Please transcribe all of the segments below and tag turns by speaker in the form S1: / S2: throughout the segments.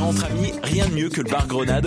S1: entre amis, rien de mieux que le bar Grenade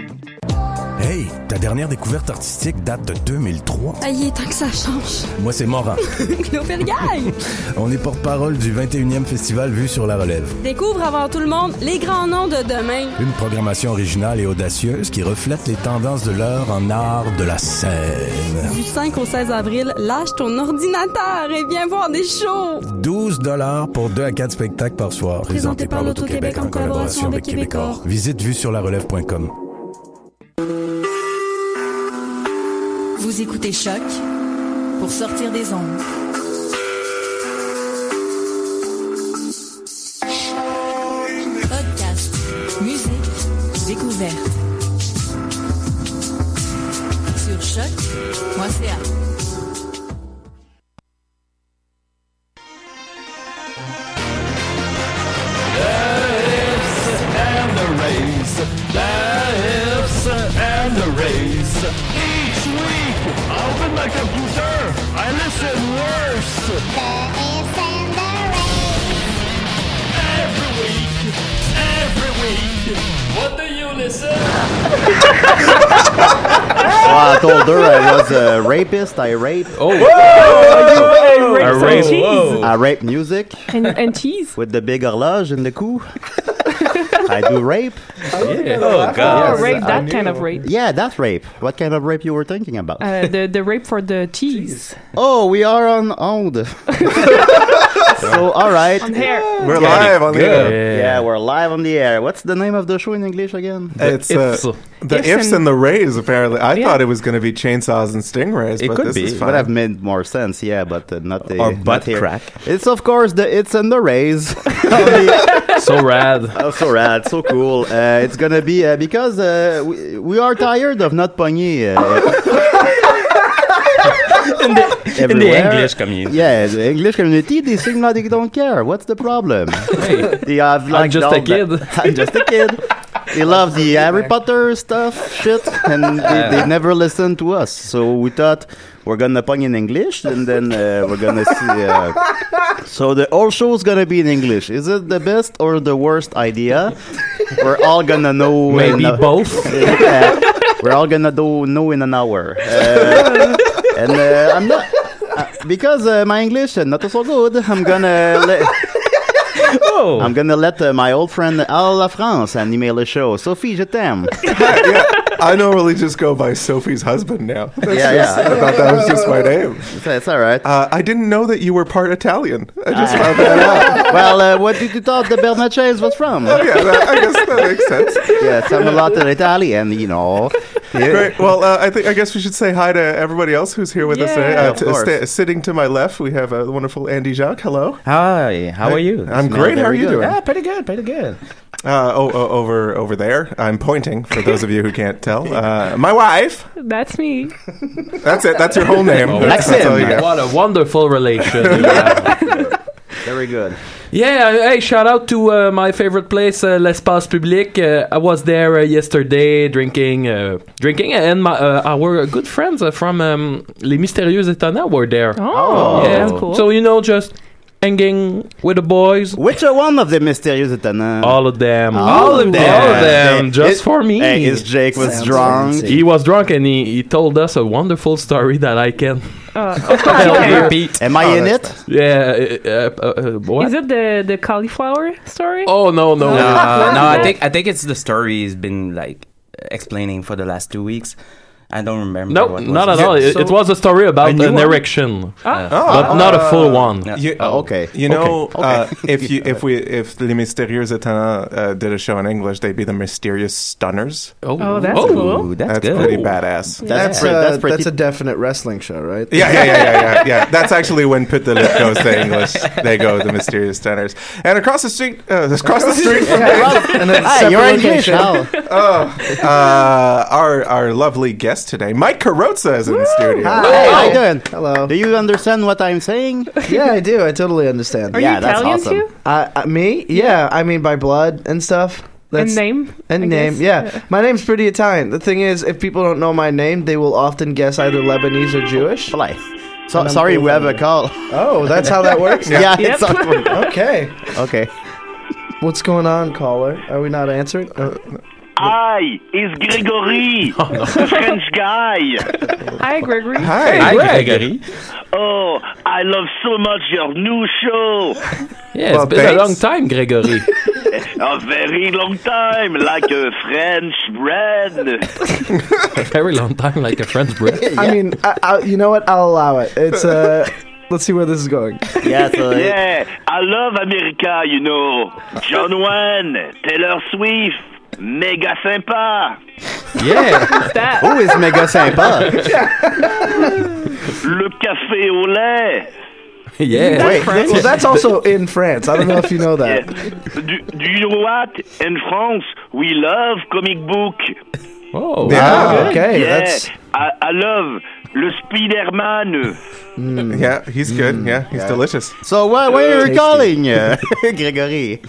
S2: Hey, ta dernière découverte artistique date de 2003.
S3: Aïe, tant que ça change.
S2: Moi, c'est Morin.
S3: Clopelgaille.
S2: On est porte-parole du 21e festival Vue sur la Relève.
S3: Découvre avant tout le monde les grands noms de demain.
S2: Une programmation originale et audacieuse qui reflète les tendances de l'heure en art de la scène.
S3: Du 5 au 16 avril, lâche ton ordinateur et viens voir des shows.
S2: 12 dollars pour 2 à 4 spectacles par soir.
S3: Présenté, Présenté par, par l'Auto-Québec en, en collaboration avec, avec Québecor. Québecor.
S2: Visite vue sur la relève.com.
S4: Vous écoutez Choc pour sortir des ondes. Podcast, musique, découverte. Sur choc.ca.
S5: Well, I told her I was a rapist. I rape.
S6: Oh,
S7: Whoa!
S6: I rape.
S7: Whoa.
S5: I rape music
S7: And, and cheese.
S5: with the big horloge in the cou. I do rape.
S6: yeah. oh god.
S7: oh, rape, that kind of rape.
S5: Yeah, that's rape. What kind of rape you were thinking about?
S7: Uh, the, the rape for the cheese.
S5: oh, we are on owned. so, all right.
S7: On hair.
S8: We're live on the
S6: Good.
S8: air.
S5: Yeah, we're live on the air. What's the name of the show in English again?
S8: It's
S6: ifs.
S8: uh, the
S7: Ifs
S8: ifs,
S7: and-
S8: and, the rays. Apparently, I
S7: Yeah.
S8: thought it was going to be chainsaws and stingrays,
S6: It
S8: but
S6: could
S8: this
S6: be.
S8: is
S5: Would have
S8: fine.
S5: made more sense, yeah, but uh, not the
S6: Or
S5: not
S6: butt
S5: here.
S6: crack.
S5: It's of course the it's and the rays. on the-
S6: So rad.
S5: Oh, so rad, so cool. Uh, it's gonna be uh, because uh, we, we are tired of not pogner. Uh,
S6: In the
S5: everywhere.
S6: English community.
S5: Yeah, the English community, they seem like they don't care. What's the problem? They have like
S6: just
S5: all
S6: a
S5: the-
S6: kid.
S5: I'm just a kid. They love the Harry Potter stuff, shit, and they, they never listen to us. So we thought we're gonna pong in English, and then uh, we're gonna see. Uh, so the whole show is gonna be in English. Is it the best or the worst idea? We're all gonna know. in
S6: Maybe
S5: a-
S6: both.
S5: Yeah. we're all gonna do know in an hour. Uh, and uh, I'm not uh, because uh, my English uh, not so good. I'm gonna. Let,
S6: Oh.
S5: I'm gonna let uh, my old friend Al La France animate the show. Sophie, je t'aime.
S8: I normally just go by Sophie's husband now. That's
S5: Yeah,
S8: just-
S5: yeah.
S8: I thought that was just my name.
S5: It's, it's all right. Ah.
S8: Uh, I didn't know that you were part Italian. I just found that out.
S5: well, um. uh, what did you thought the Bernatchez was from?
S8: Oh, Yeah, that, I guess that makes sense.
S5: yes, I'm a lot of Italian, you know.
S8: Great. Well, uh, I think I guess we should say hi to everybody else who's here with us today.
S5: Yeah,
S8: Uh,
S5: of
S8: t-
S5: course.
S8: sta- sitting to my left, we have a wonderful Andy Jacques. Hello.
S6: Hi. How are you?
S8: I'm great. How are
S5: very
S8: you
S5: good.
S8: doing?
S6: Ah, pretty good. Pretty good.
S8: Uh, oh, oh, over over there. I'm pointing for those of you who can't tell. Uh, my wife.
S7: That's me.
S8: That's it. That's your whole name.
S6: Oh,
S8: That's,
S5: Maxim.
S8: that's all you get.
S6: What a wonderful relation. yeah.
S5: Very good.
S6: Yeah, hey, shout out to uh, my favorite place, uh, L'Espace Public. Uh, I was there uh, yesterday drinking, uh, drinking, and my, uh, our good friends uh, from um, Les Mystérieux Étonnants were there.
S7: Oh,
S5: Oh.
S6: yeah.
S7: that's cool.
S6: So, you know, just hanging with the boys.
S5: Which are one of the mysterious Etana?
S6: All of them.
S5: All of them.
S6: All of them.
S5: Hey,
S6: just
S5: it-
S6: for me.
S5: Hey, his Jake was drunk.
S6: he was drunk and he, he told us a wonderful story that I can
S7: Uh, of course you
S6: Hell,
S7: are.
S6: repeat.
S5: Am I
S8: Oh,
S5: in it?
S8: that's
S6: Yeah. Uh, uh, uh, what?
S7: Is it the the cauliflower story?
S6: Oh no no.
S9: No, no, I think I think it's the story has been like explaining for the last two weeks. I don't remember.
S6: No,
S9: what
S6: not
S9: was
S6: at all. It, it was a story about
S8: A
S6: an
S8: new one?
S6: erection,
S7: Ah.
S6: but not a full
S8: uh,
S6: one.
S9: Yeah.
S8: You,
S5: Oh, okay.
S8: You
S5: Okay.
S8: know,
S5: Okay.
S8: Uh, if you if we if Les Mystérieux Étonnants uh, did a show in English, they'd be the Mysterious Stunners.
S7: Oh, that's cool.
S9: Ooh, that's, good.
S8: pretty
S6: Oh.
S8: badass.
S5: That's
S10: That's,
S5: pretty-
S10: uh,
S5: that's
S10: that's,
S5: pretty-
S10: a definite wrestling show, right?
S8: Yeah, yeah, yeah, yeah, yeah, yeah. That's actually when Pit the Lip goes to English. They go the Mysterious Stunners, and across the street, uh, across the street from Oh,
S10: and then
S5: Hey, you're English now.
S8: uh, our our lovely guest today, Mike Carozza, is in the studio.
S5: Hey, how you doing?
S10: Hello.
S5: Do you understand what I'm saying?
S10: yeah, I do. I totally understand.
S7: Are
S5: Yeah,
S7: you
S5: that's
S7: Italian
S5: awesome.
S7: too?
S10: Uh, uh, me? Yeah, I mean by blood and stuff.
S7: and name?
S10: And
S7: I
S10: name,
S7: guess.
S10: yeah. My name's pretty Italian. The thing is, if people don't know my name, they will often guess either Lebanese or Jewish.
S5: Fly. So,
S10: I'm
S5: sorry,
S10: cool
S5: we have a
S10: with
S5: call.
S10: Oh, that's how that works?
S5: Yeah,
S7: Yep.
S5: it's awkward.
S10: Okay.
S5: Okay.
S10: What's going on, caller? Are we not answering? Uh,
S11: Hi, it's Gregory,
S6: Oh,
S11: the French guy.
S7: Hi, Gregory.
S8: Hi.
S6: Hi,
S9: Greg.
S6: Gregory.
S11: Oh, I love so much your new show.
S6: Yeah,
S8: Well,
S6: it's been
S8: thanks.
S6: a long time, Gregory.
S11: A very long time, like a French bread.
S6: Very long time, like a French bread.
S10: I mean, I, I, you know what? I'll allow it. It's uh, let's see where this is going.
S5: Yeah, so
S11: Yeah, I love America, you know. John Wayne, Taylor Swift, mega sympa.
S6: Yeah.
S5: who is mega sympa?
S11: Le café au lait.
S6: yeah.
S5: Wait,
S10: Well, that's also in France. I don't know if you know
S11: Yeah.
S10: that.
S11: Do, do you know what? In France, we love comic book.
S6: Oh.
S8: Yeah,
S10: Okay,
S11: yeah,
S10: that's
S11: I, I love le Spider-Man.
S5: Mm.
S8: yeah, he's good. Yeah, he's delicious.
S5: So why, why are you
S10: Tasty.
S5: calling, uh, Gregory?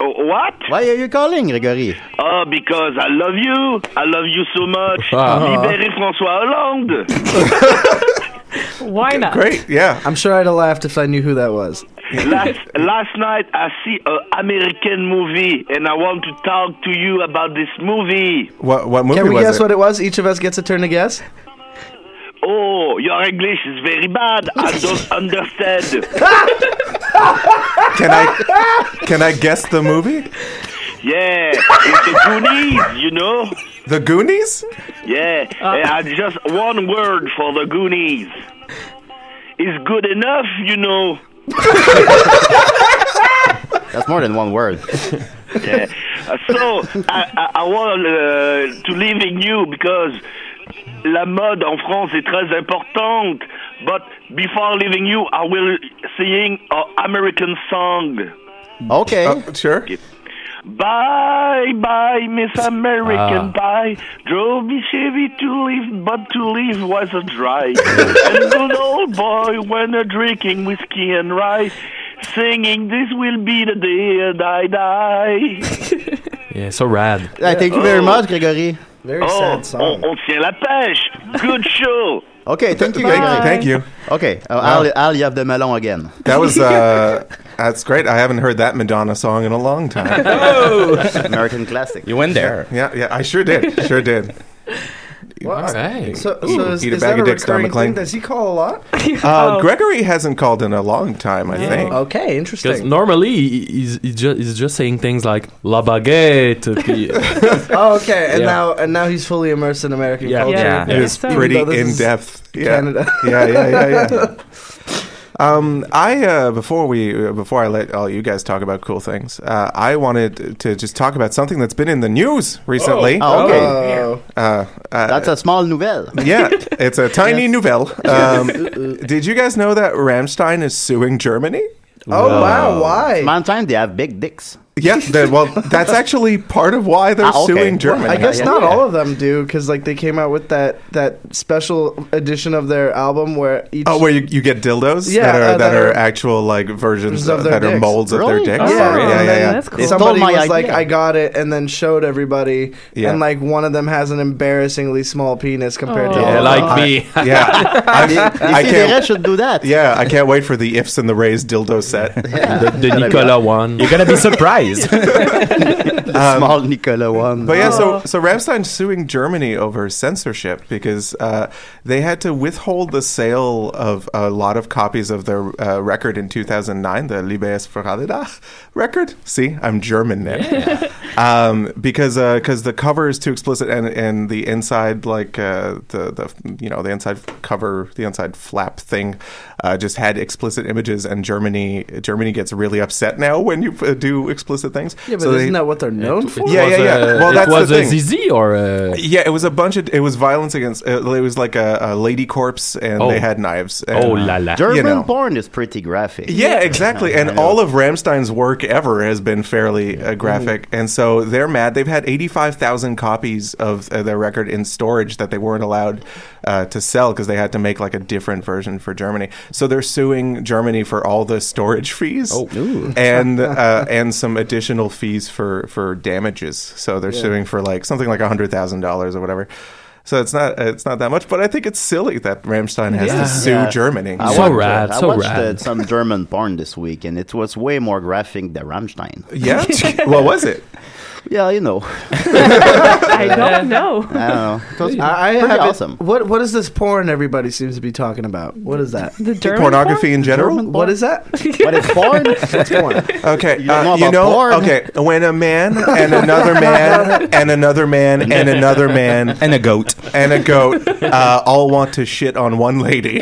S11: Oh, what?
S5: Why are you calling, Gregory?
S11: Oh, because I love you. I love you so much.
S6: Ah.
S11: Libérez François Hollande.
S7: Why not?
S8: Great. Yeah.
S10: I'm sure I'd have laughed if I knew who that was.
S11: last, last night I see an American movie and I want to talk to you about this movie.
S8: What what movie
S10: Can we
S8: was
S10: guess
S8: it?
S10: what it was? Each of us gets a turn to guess.
S11: Oh, your English is very bad. I don't understand.
S8: Can I can I guess the movie?
S11: Yeah, it's the Goonies, you know?
S8: The Goonies?
S11: Yeah, and I just one word for the Goonies. Is good enough, you know.
S5: That's more than one word.
S11: Yeah. Uh, so I, I, I want uh, to live in you because la mode en France est très importante. But before leaving you, I will sing an American song.
S5: Okay.
S8: Oh, sure.
S11: Bye, bye, Miss American Bye. Drove me Chevy to leave, but to leave was a drive. and good old boy, when a drinking whiskey and rye, singing, this will be the day that I die.
S6: Yeah, so rad.
S5: I thank you very much, Gregory.
S10: Very
S11: Oh,
S10: sad
S11: on,
S10: song.
S11: on tient la pêche. Good show.
S5: Okay, thank you,
S8: Thank you.
S5: Gregory.
S8: Thank you.
S5: Okay, uh, Al, Al, you have the melon again.
S8: That was uh that's great. I haven't heard that Madonna song in a long time.
S10: Oh.
S5: American classic.
S9: You went there.
S8: Yeah, yeah, I sure did. Sure did.
S6: All right.
S10: So, so is,
S8: eat a
S10: is
S8: bag
S10: that a
S8: of dicks, Don
S10: recurring
S8: McLean.
S10: thing? Does he call a lot?
S5: Oh.
S6: Oh.
S8: Uh, Gregory hasn't called in a long time, I think.
S10: Okay,
S6: Because
S10: interesting.
S6: normally he- he's, he's, just, he's just saying things like la baguette. puis-
S10: Oh, okay, and
S6: Yeah.
S10: now and now he's fully immersed in American
S6: Yeah.
S10: culture.
S9: Yeah.
S8: It was
S7: Yeah, so-
S8: pretty
S10: Even though
S8: in
S10: this is
S8: depth. Yeah.
S10: Canada.
S8: yeah, yeah, yeah, yeah. Um, I uh, before we uh, before I let all you guys talk about cool things, uh, I wanted to just talk about something that's been in the news recently.
S5: Oh, okay.
S10: Oh,
S8: Uh, uh,
S5: That's a small nouvelle.
S8: yeah, it's a tiny nouvelle. Um, did you guys know that Ramstein is suing Germany?
S10: oh wow, why?
S5: Man time, they have big dicks.
S8: Yeah, they- well, that's actually part of why they're
S5: Ah, okay.
S8: suing
S5: Well,
S8: Germany.
S10: I guess
S5: yeah,
S10: not
S5: yeah.
S10: all of them do, because like they came out with that that special edition of their album where each.
S8: Oh, where you, you get dildos
S10: Yeah,
S8: that are
S10: uh,
S8: that
S10: that
S8: are
S10: are-
S8: actual like versions
S10: of
S8: of,
S10: their
S8: that are
S10: dicks.
S8: molds of
S5: Really?
S8: their
S5: Oh,
S8: dicks.
S10: yeah,
S8: yeah, yeah.
S7: That's cool.
S5: They stole
S10: Somebody
S5: my
S10: was like,
S5: idea.
S10: "I got it," and then showed everybody,
S8: Yeah.
S10: and like one of them has an embarrassingly small penis compared to
S7: Oh.
S10: all
S6: yeah,
S10: of
S6: like
S10: them.
S6: me.
S8: yeah. I'm-
S5: You
S8: I
S5: see, the
S8: can't.
S5: rest should do that.
S8: Yeah, I can't wait for the ifs and the rays dildo set.
S6: the, the Nicolas one.
S9: You're gonna be surprised.
S5: The small Nicola one.
S8: Um,
S5: Oh.
S8: But yeah, so so Ramstein's suing Germany over censorship because uh, they had to withhold the sale of a lot of copies of their uh, record in 2009, the Liebes Verradedag record. See, I'm German now. um, because because the cover is too explicit and and the inside like uh, the the you know the inside cover the inside flap thing uh, just had explicit images and Germany Germany gets really upset now when you uh, do explicit things.
S10: Yeah, but
S8: So they-
S10: isn't that what they're known for?
S8: yeah, yeah, yeah. well, that's the thing.
S6: or a
S8: yeah, it was a bunch of. It was violence against. Uh, it was like a, a lady corpse, and
S5: Oh.
S8: they had knives. And, uh,
S5: German
S8: You know.
S5: porn is pretty graphic.
S8: Yeah, exactly. And all of Ramstein's work ever has been fairly uh, graphic.
S5: Mm-hmm.
S8: And so they're mad. They've had 85,000 copies of uh, their record in storage that they weren't allowed uh, to sell because they had to make like a different version for Germany. So they're suing Germany for all the storage fees
S6: Oh. Ooh.
S8: and uh, and some additional fees for, for damages. So they're
S6: Yeah.
S8: suing for like something like $100,000 or whatever. So it's not it's not that much, but I think it's silly that Ramstein has to sue Germany.
S5: I
S8: So
S5: watched, uh,
S8: rad,
S5: I
S8: so
S5: watched
S8: rad.
S5: uh, some German porn this week, and it was way more graphic than Rammstein.
S8: Yeah? What was it?
S5: Yeah, you know.
S10: I
S7: don't
S5: I
S7: know.
S5: don't know. It was
S10: I, I
S5: pretty
S10: haven't-
S5: awesome.
S10: What What is this porn everybody seems to be talking about? What is that?
S7: The
S5: German Pornography porn? in general?
S10: German What is that?
S5: What is porn? That's porn.
S8: Okay,
S5: don't
S8: uh,
S5: know
S8: you
S5: about
S8: know,
S5: porn?
S8: okay, when a man and another man and another man and another man and a goat and a goat uh, all want to shit on one lady,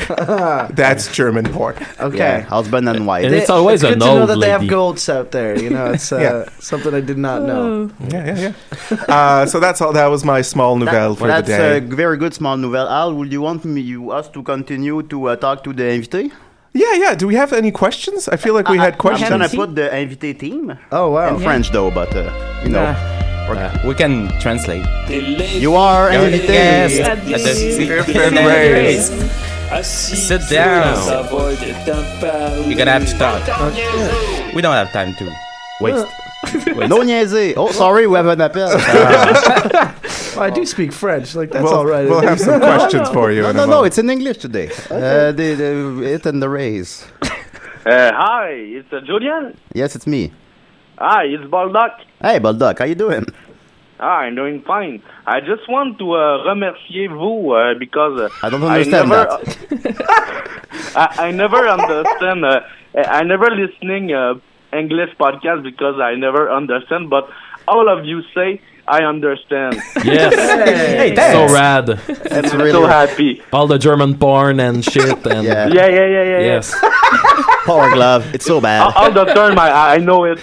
S8: that's German porn.
S10: Okay. Yeah,
S5: husband and wife.
S10: They- it's good to know that they have goats out there. You know, it's uh, something I did not know.
S8: Yeah, yeah, yeah. Uh, so that's all. That was my small nouvelle for the
S5: That's
S8: day.
S5: a very good small nouvelle. Al, would you want me, you, us to continue to uh, talk to the invité?
S8: yeah, yeah. Do we have any questions? I feel like
S5: Uh,
S8: we had questions.
S5: I'm gonna put the invité team.
S10: Oh wow!
S5: In French though, but uh, you know.
S6: Uh.
S9: we can translate.
S5: You are
S9: You're
S5: invité.
S9: guest at the Stephen Rays. Sit down. You're gonna have to talk. We don't have time to waste.
S5: no niaiser. Oh, sorry, we have an appel. Ah.
S10: Well, I do speak French. Like that's
S5: We'll-
S10: all right.
S5: we'll have some questions for
S8: you
S5: no, no, no, it's in English today. Uh, the, the, it and the rays.
S11: Uh, hi, it's uh, Julian.
S5: Yes, it's me.
S11: Hi, it's Baldock.
S5: Hey, Baldock, how you doing?
S11: Ah, I'm doing fine. I just want to uh, remercier vous uh, because uh,
S5: I don't understand
S11: never, I, I never understand. Uh, I I never listening uh, English podcast because I never understand. But all of you say I understand.
S6: Yes. so rad.
S5: That's
S11: really- So happy.
S6: All the German porn and shit. And
S11: Yeah, yeah, yeah, yeah. yeah.
S6: Yes.
S5: Power glove. It's so bad.
S11: All, all the time, I, I know it.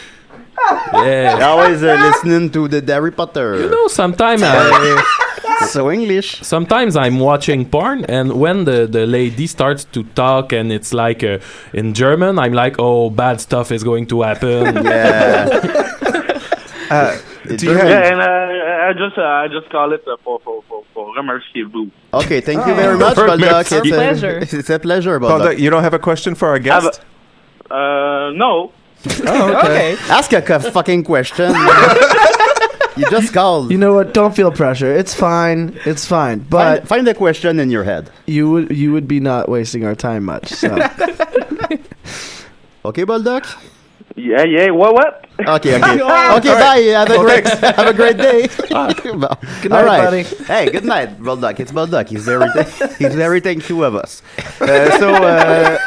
S6: Yeah.
S5: Always uh, listening to the Harry Potter.
S6: You know, sometimes
S8: uh,
S5: I. so English.
S6: Sometimes I'm watching porn, and when the, the lady starts to talk, and it's like uh, in German, I'm like, oh, bad stuff is going to happen.
S5: Yeah.
S8: Uh, do you
S11: yeah,
S8: have?
S11: and uh, I just uh, I just call it uh, for for for for remercier vous.
S5: Okay, thank you very much,
S8: Perfect.
S5: Baldock.
S8: It's a
S5: uh,
S8: pleasure.
S5: Oh, It's a pleasure,
S8: Baldock,
S5: Baldock.
S8: you don't have a question for our guest?
S11: Uh, no.
S5: Oh, okay. Ask a cu- fucking question. you just called.
S10: You know what? Don't feel pressure. It's fine. It's fine.
S5: find,
S10: But
S5: find a question in your head.
S10: you would you would be not wasting our time much. So.
S5: okay, Baldock.
S11: Yeah, yeah. What, what?
S5: Okay, okay.
S10: Oh,
S5: okay,
S10: all
S5: bye.
S10: right.
S5: Have a
S10: Well,
S5: great
S10: thanks.
S5: have a great day. Well,
S10: Good
S5: all
S10: night,
S5: right.
S10: buddy.
S5: Hey, good night, Baldock. It's Baldock. He's very he's very thankful of us. Uh, so uh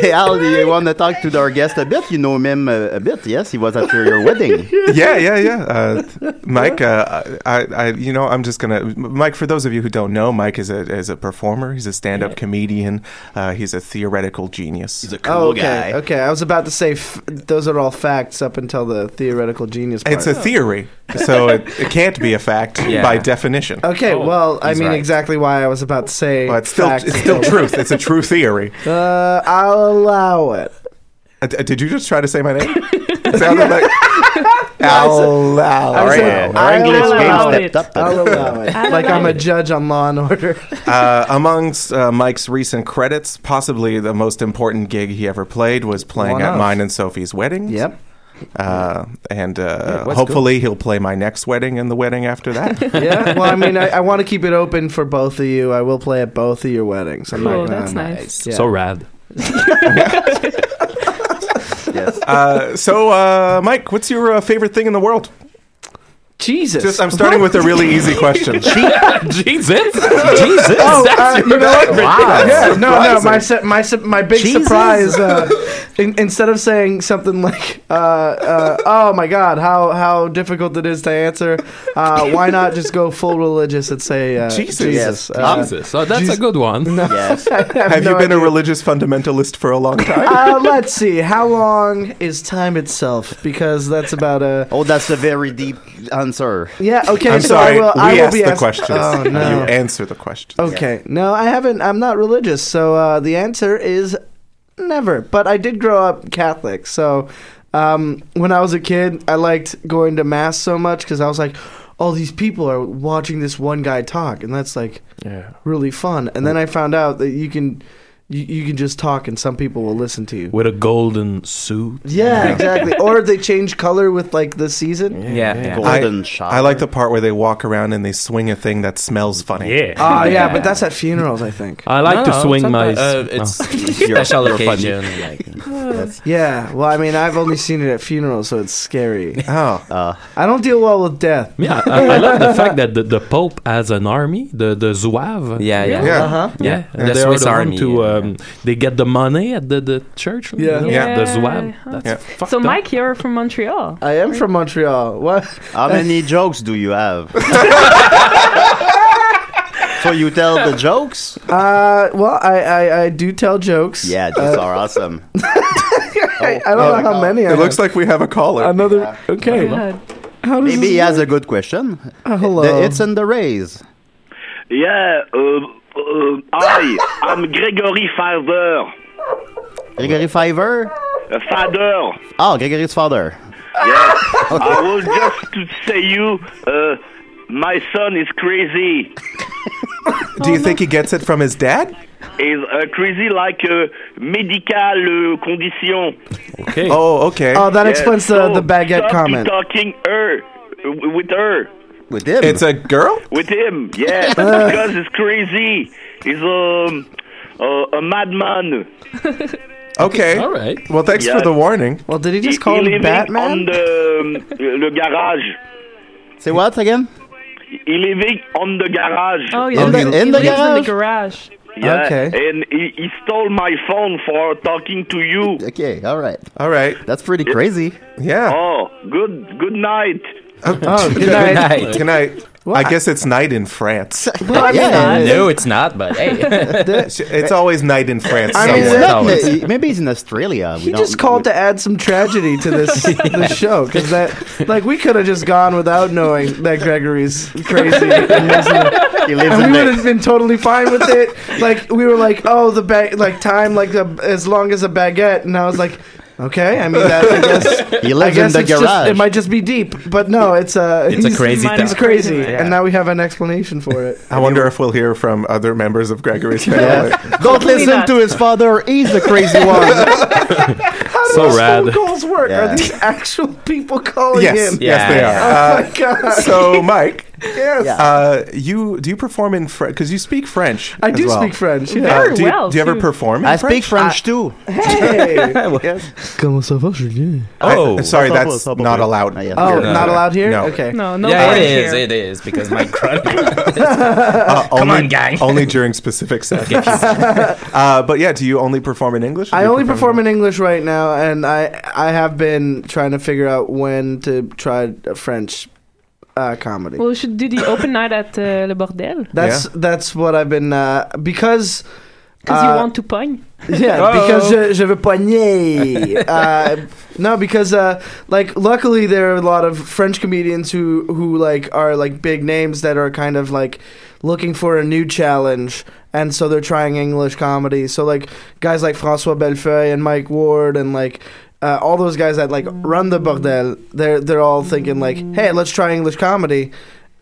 S5: Hey Al, do you want to talk to our guest a bit? You know him uh, a bit, yes? He was at your, your wedding.
S8: yeah, yeah, yeah. Uh, th- Mike, uh, I, I, you know, I'm just gonna. M- Mike, for those of you who don't know, Mike is a is a performer. He's a stand up comedian. Uh, he's a theoretical genius. He's a
S10: Oh, okay. Okay. I was about to say f- those are all facts up until the theoretical genius. Part.
S8: It's a theory, so it, it can't be a fact
S10: Yeah.
S8: by definition.
S10: Okay.
S5: Oh,
S10: well, I
S8: he's
S10: mean
S8: right.
S10: exactly why I was about to say.
S8: Well, it's still
S10: facts
S8: it's still
S10: until-
S8: truth. It's a true theory.
S10: Uh, I'll allow it.
S8: Uh, d- did you just try to say my name? It sounded like Al. Al.
S10: I
S8: All right.
S10: said,
S8: Our English
S10: I'll
S8: game
S10: allow
S8: stepped
S10: it.
S8: up.
S10: I'll allow it.
S8: I'll
S10: like I'm
S8: allow
S10: a judge on Law and Order.
S8: Uh, amongst uh, Mike's recent credits, possibly the most important gig he ever played was playing
S10: One
S8: at
S10: of.
S8: mine and Sophie's wedding.
S10: Yep.
S8: Uh, and uh,
S10: Yeah, what's
S8: hopefully he'll play my next wedding and the wedding after that.
S10: yeah. Well, I mean, I, I want to keep it open for both of you. I will play at both of your weddings. I'm
S6: Cool,
S10: not gonna-
S6: that's nice. So rad.
S5: Yes.
S8: Uh, so, uh, Mike, what's your uh, favorite thing in the world?
S10: Jesus.
S8: Just, I'm starting with a really easy question.
S6: Jesus?
S8: Jesus?
S10: Oh,
S8: That's
S10: uh,
S8: your
S10: you know what?
S8: favorite thing.
S10: Yeah, no, no.
S8: Surprising.
S10: My su- my su- my big
S8: Jesus.
S10: surprise. Uh, in- instead of saying something like, uh, uh, "Oh my God, how how difficult it is to answer," uh, why not just go full religious and say uh,
S8: Jesus.
S10: Jesus.
S8: Yes.
S10: Uh,
S8: Jesus.
S6: Oh, that's
S10: Jesus.
S6: a good one.
S5: Yes.
S10: I
S8: Have,
S10: no
S8: you been
S10: idea.
S8: a religious fundamentalist for a long time?
S10: uh, let's see. How long is time itself? Because that's about a.
S5: Oh, that's a very deep answer.
S10: Yeah. Okay.
S8: I'm
S10: so
S8: sorry.
S10: I will,
S8: we
S10: I will
S8: asked
S10: be
S8: the
S10: ask-
S8: question.
S10: Oh no.
S8: You answer the question.
S10: Okay. No, I haven't. I'm not religious, so uh, the answer is never. But I did grow up Catholic, so um, when I was a kid, I liked going to mass so much because I was like, all these people are watching this one guy talk, and that's like
S6: Yeah.
S10: really fun. And then I found out that you can you, you can just talk, and some people will listen to you.
S6: With a golden suit.
S10: Yeah, exactly. or they change color with like the season.
S9: Yeah. yeah.
S5: Golden
S8: I,
S5: shower.
S8: I like the part where they walk around and they swing a thing that smells funny.
S6: Yeah.
S10: Oh yeah, but that's at funerals, I think.
S6: I like
S9: No,
S6: to
S9: no,
S6: swing
S9: it's
S6: my.
S9: not bad. Uh, it's
S5: You're-
S9: special
S5: you're funny.
S9: occasion. Like,
S10: Yeah, well, I mean, I've only seen it at funerals, so it's scary.
S8: Oh,
S10: I don't deal well with death.
S6: Yeah, I, I love the fact that the, the Pope has an army, the the Zouave.
S9: yeah, yeah.
S8: Yeah.
S10: Uh-huh.
S6: Yeah,
S9: The
S6: they
S9: Swiss
S6: are the one
S9: army,
S6: To,
S9: yeah.
S6: um, they get the money at the, the church. you
S10: Yeah.
S6: know,
S8: Yeah.
S6: the Zouave.
S7: Yeah.
S6: That's
S8: Yeah.
S6: fucked
S7: So,
S6: up.
S7: Mike, you're from Montreal.
S10: I am from Montreal. What?
S5: How many jokes do you have? so you tell the jokes?
S10: Uh, well, I, I, I do tell jokes. Uh,
S5: Yeah, those are awesome.
S10: I, I don't know how many. I
S8: it looks like we have a caller.
S10: another. Okay.
S7: God.
S10: How does
S5: Maybe he
S10: this
S5: has a good question.
S10: work? Hello.
S5: The it's and the rays.
S11: Yeah, uh, uh, I, I'm Gregory Father.
S5: Gregory Fiver?
S11: Uh, Father.
S5: Oh, Gregory's father.
S11: Yes. I was just to say you, uh, my son is crazy.
S8: Do you think he gets it from his dad?
S11: Is uh, crazy like a medical uh, condition.
S6: Okay.
S8: Oh, okay.
S10: oh, that
S11: Yeah,
S10: explains the,
S11: so
S10: the baguette
S11: stop
S10: comment.
S11: Talking her w- with her
S5: With him.
S8: it's a girl.
S11: with him. Yeah, because he's crazy. He's um. Uh, a madman.
S8: Okay.
S6: All right.
S8: Well, thanks
S11: Yeah.
S8: for the warning.
S10: Well, did he
S11: He-
S10: just call
S11: he
S10: him
S11: living on
S10: Batman?
S11: the um, le garage.
S5: Say what again?
S11: He living on the garage.
S7: Oh, yeah.
S5: In the-
S7: he
S5: in the
S7: lives in the garage.
S11: Yeah,
S10: Okay.
S11: and he, he stole my phone for talking to you.
S5: Okay, all right.
S8: All right.
S5: That's pretty crazy.
S8: Yeah.
S11: Oh, good good night.
S10: Oh, good night.
S9: Night.
S8: Good night. I guess it's night in France.
S10: Well, I mean, I-
S9: No, it's not. But hey,
S8: It's always night in France.
S10: I mean,
S8: somewhere.
S5: It's not
S9: no,
S5: in- maybe he's in Australia.
S10: Oh, He just called to add some tragedy to this, this show because that, like, we could have just gone without knowing that Gregory's crazy, and miserable.
S5: He lives
S10: and
S5: in
S10: we would
S5: the,
S10: have been totally fine with it. Like, we were like, oh, the ba- like time, like the, as long as a baguette, and I was like, okay, I mean, that, I guess
S5: he
S10: I
S5: lives in
S10: guess
S5: the
S10: it's just-
S5: garage.
S10: it might just be deep, but no, it's a
S9: It's a crazy
S10: He's
S9: town.
S10: crazy,
S9: Yeah.
S10: and now we have an explanation for it.
S8: I wonder if we'll hear from other members of Gregory's family.
S5: Yeah. Don't listen
S7: not.
S5: to his father. He's the crazy one.
S10: How do
S6: So
S10: those phone
S6: rad.
S10: calls work?
S5: Yeah.
S10: Are these actual people calling
S8: Yes,
S10: him?
S8: yes, they
S9: Yeah.
S8: are.
S10: Oh
S8: Uh,
S10: my god!
S8: so, Mike,
S10: yes,
S5: Yeah.
S8: uh, you do you perform in French? Because you speak French.
S10: I
S8: as
S10: do
S8: well. Uh,
S10: speak French. Yeah.
S7: Very
S8: do you,
S7: well,
S8: do you ever
S7: too.
S8: perform? In
S5: I
S8: French?
S5: speak French too.
S10: Hey. Comment ça va, Julien?
S8: I- uh,
S9: oh,
S8: sorry,
S5: Stop,
S8: that's
S5: stop,
S8: not
S5: stop.
S8: allowed.
S5: Ah, yeah.
S10: Oh,
S9: No.
S10: not allowed here.
S8: No.
S10: Okay.
S7: No, no.
S9: yeah,
S7: French
S9: it is.
S7: here.
S9: It is because my grandma.
S8: Uh, only,
S9: on, gang.
S8: only during specific sessions. uh, but yeah, do you only perform in English?
S10: I only perform in English right now, and I I have been trying to figure out when to try a French uh, comedy.
S7: Well, we should do the open night at uh, Le Bordel.
S10: That's that's what I've been uh, because
S7: Because you
S10: Uh,
S7: want to pogne.
S10: Yeah,
S6: Oh.
S10: because
S5: uh,
S10: je, je veux poigner. uh, no, because uh, like luckily there are a lot of French comedians who who like are like big names that are kind of like looking for a new challenge, and so they're trying English comedy. So like guys like François Bellefeuille and Mike Ward and like. Uh, all those guys that like run the bordel, they're they're all thinking like, "Hey, let's try English comedy,"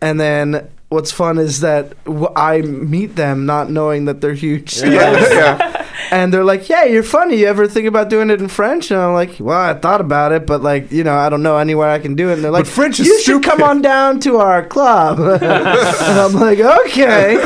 S10: and then what's fun is that w- I meet them not knowing that they're huge.
S8: Yeah, yeah.
S10: And they're like, "Yeah, you're funny. You ever think about doing it in French?" And I'm like, "Well, I thought about it, but like, you know, I don't know anywhere I can do it." And they're like,
S8: French is
S10: you should come
S8: stupid."
S10: on down to our club." and I'm like, "Okay."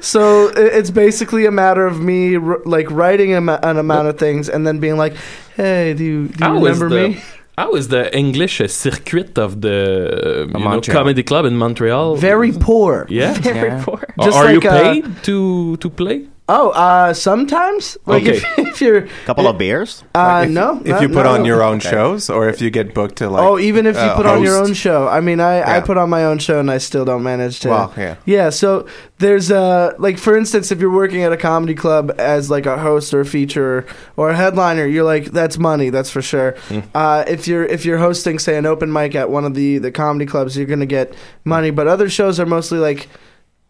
S10: so i- it's basically a matter of me r- like writing a ma- an amount of things and then being like, "Hey, do you, do you
S6: How is
S10: remember
S6: the,
S10: me?"
S6: How is the English uh, circuit of the uh, you know,
S10: Montreal.
S6: comedy club in Montreal?
S10: Very poor.
S6: Mm-hmm. yeah,
S10: Very
S6: Yeah.
S10: poor.
S6: Are,
S10: Just
S6: are you
S10: like, uh,
S6: paid to to play?
S10: Oh, uh, sometimes like
S8: Okay.
S10: if, if you're
S5: couple of beers.
S10: Uh,
S8: if,
S10: no,
S8: If
S10: no,
S8: you put
S10: no.
S8: on your own shows, or if you get booked to like.
S10: oh, even if you
S8: uh,
S10: put on your
S8: host.
S10: own show. I mean, I, I
S8: Yeah.
S10: put on my own show and I still don't manage to.
S8: Well, yeah.
S10: Yeah. So there's uh like for instance, if you're working at a comedy club as like a host or a feature or a headliner, you're like that's money, that's for sure.
S8: Hmm.
S10: Uh, if you're if you're hosting say an open mic at one of the the comedy clubs, you're gonna get money. But other shows are mostly like.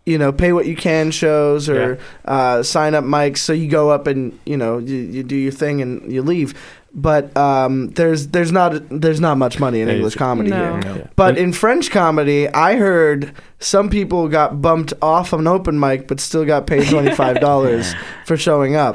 S10: You know, pay what you can shows or uh, sign up mics. So you go up and you know you, you do your thing and you leave. But um, there's there's not there's not much money in
S6: Yeah,
S10: English
S6: it's-
S10: comedy
S6: No.
S10: here.
S6: No.
S10: But in French comedy, I heard some people got bumped off an open mic, but still got paid twenty five dollars for showing up.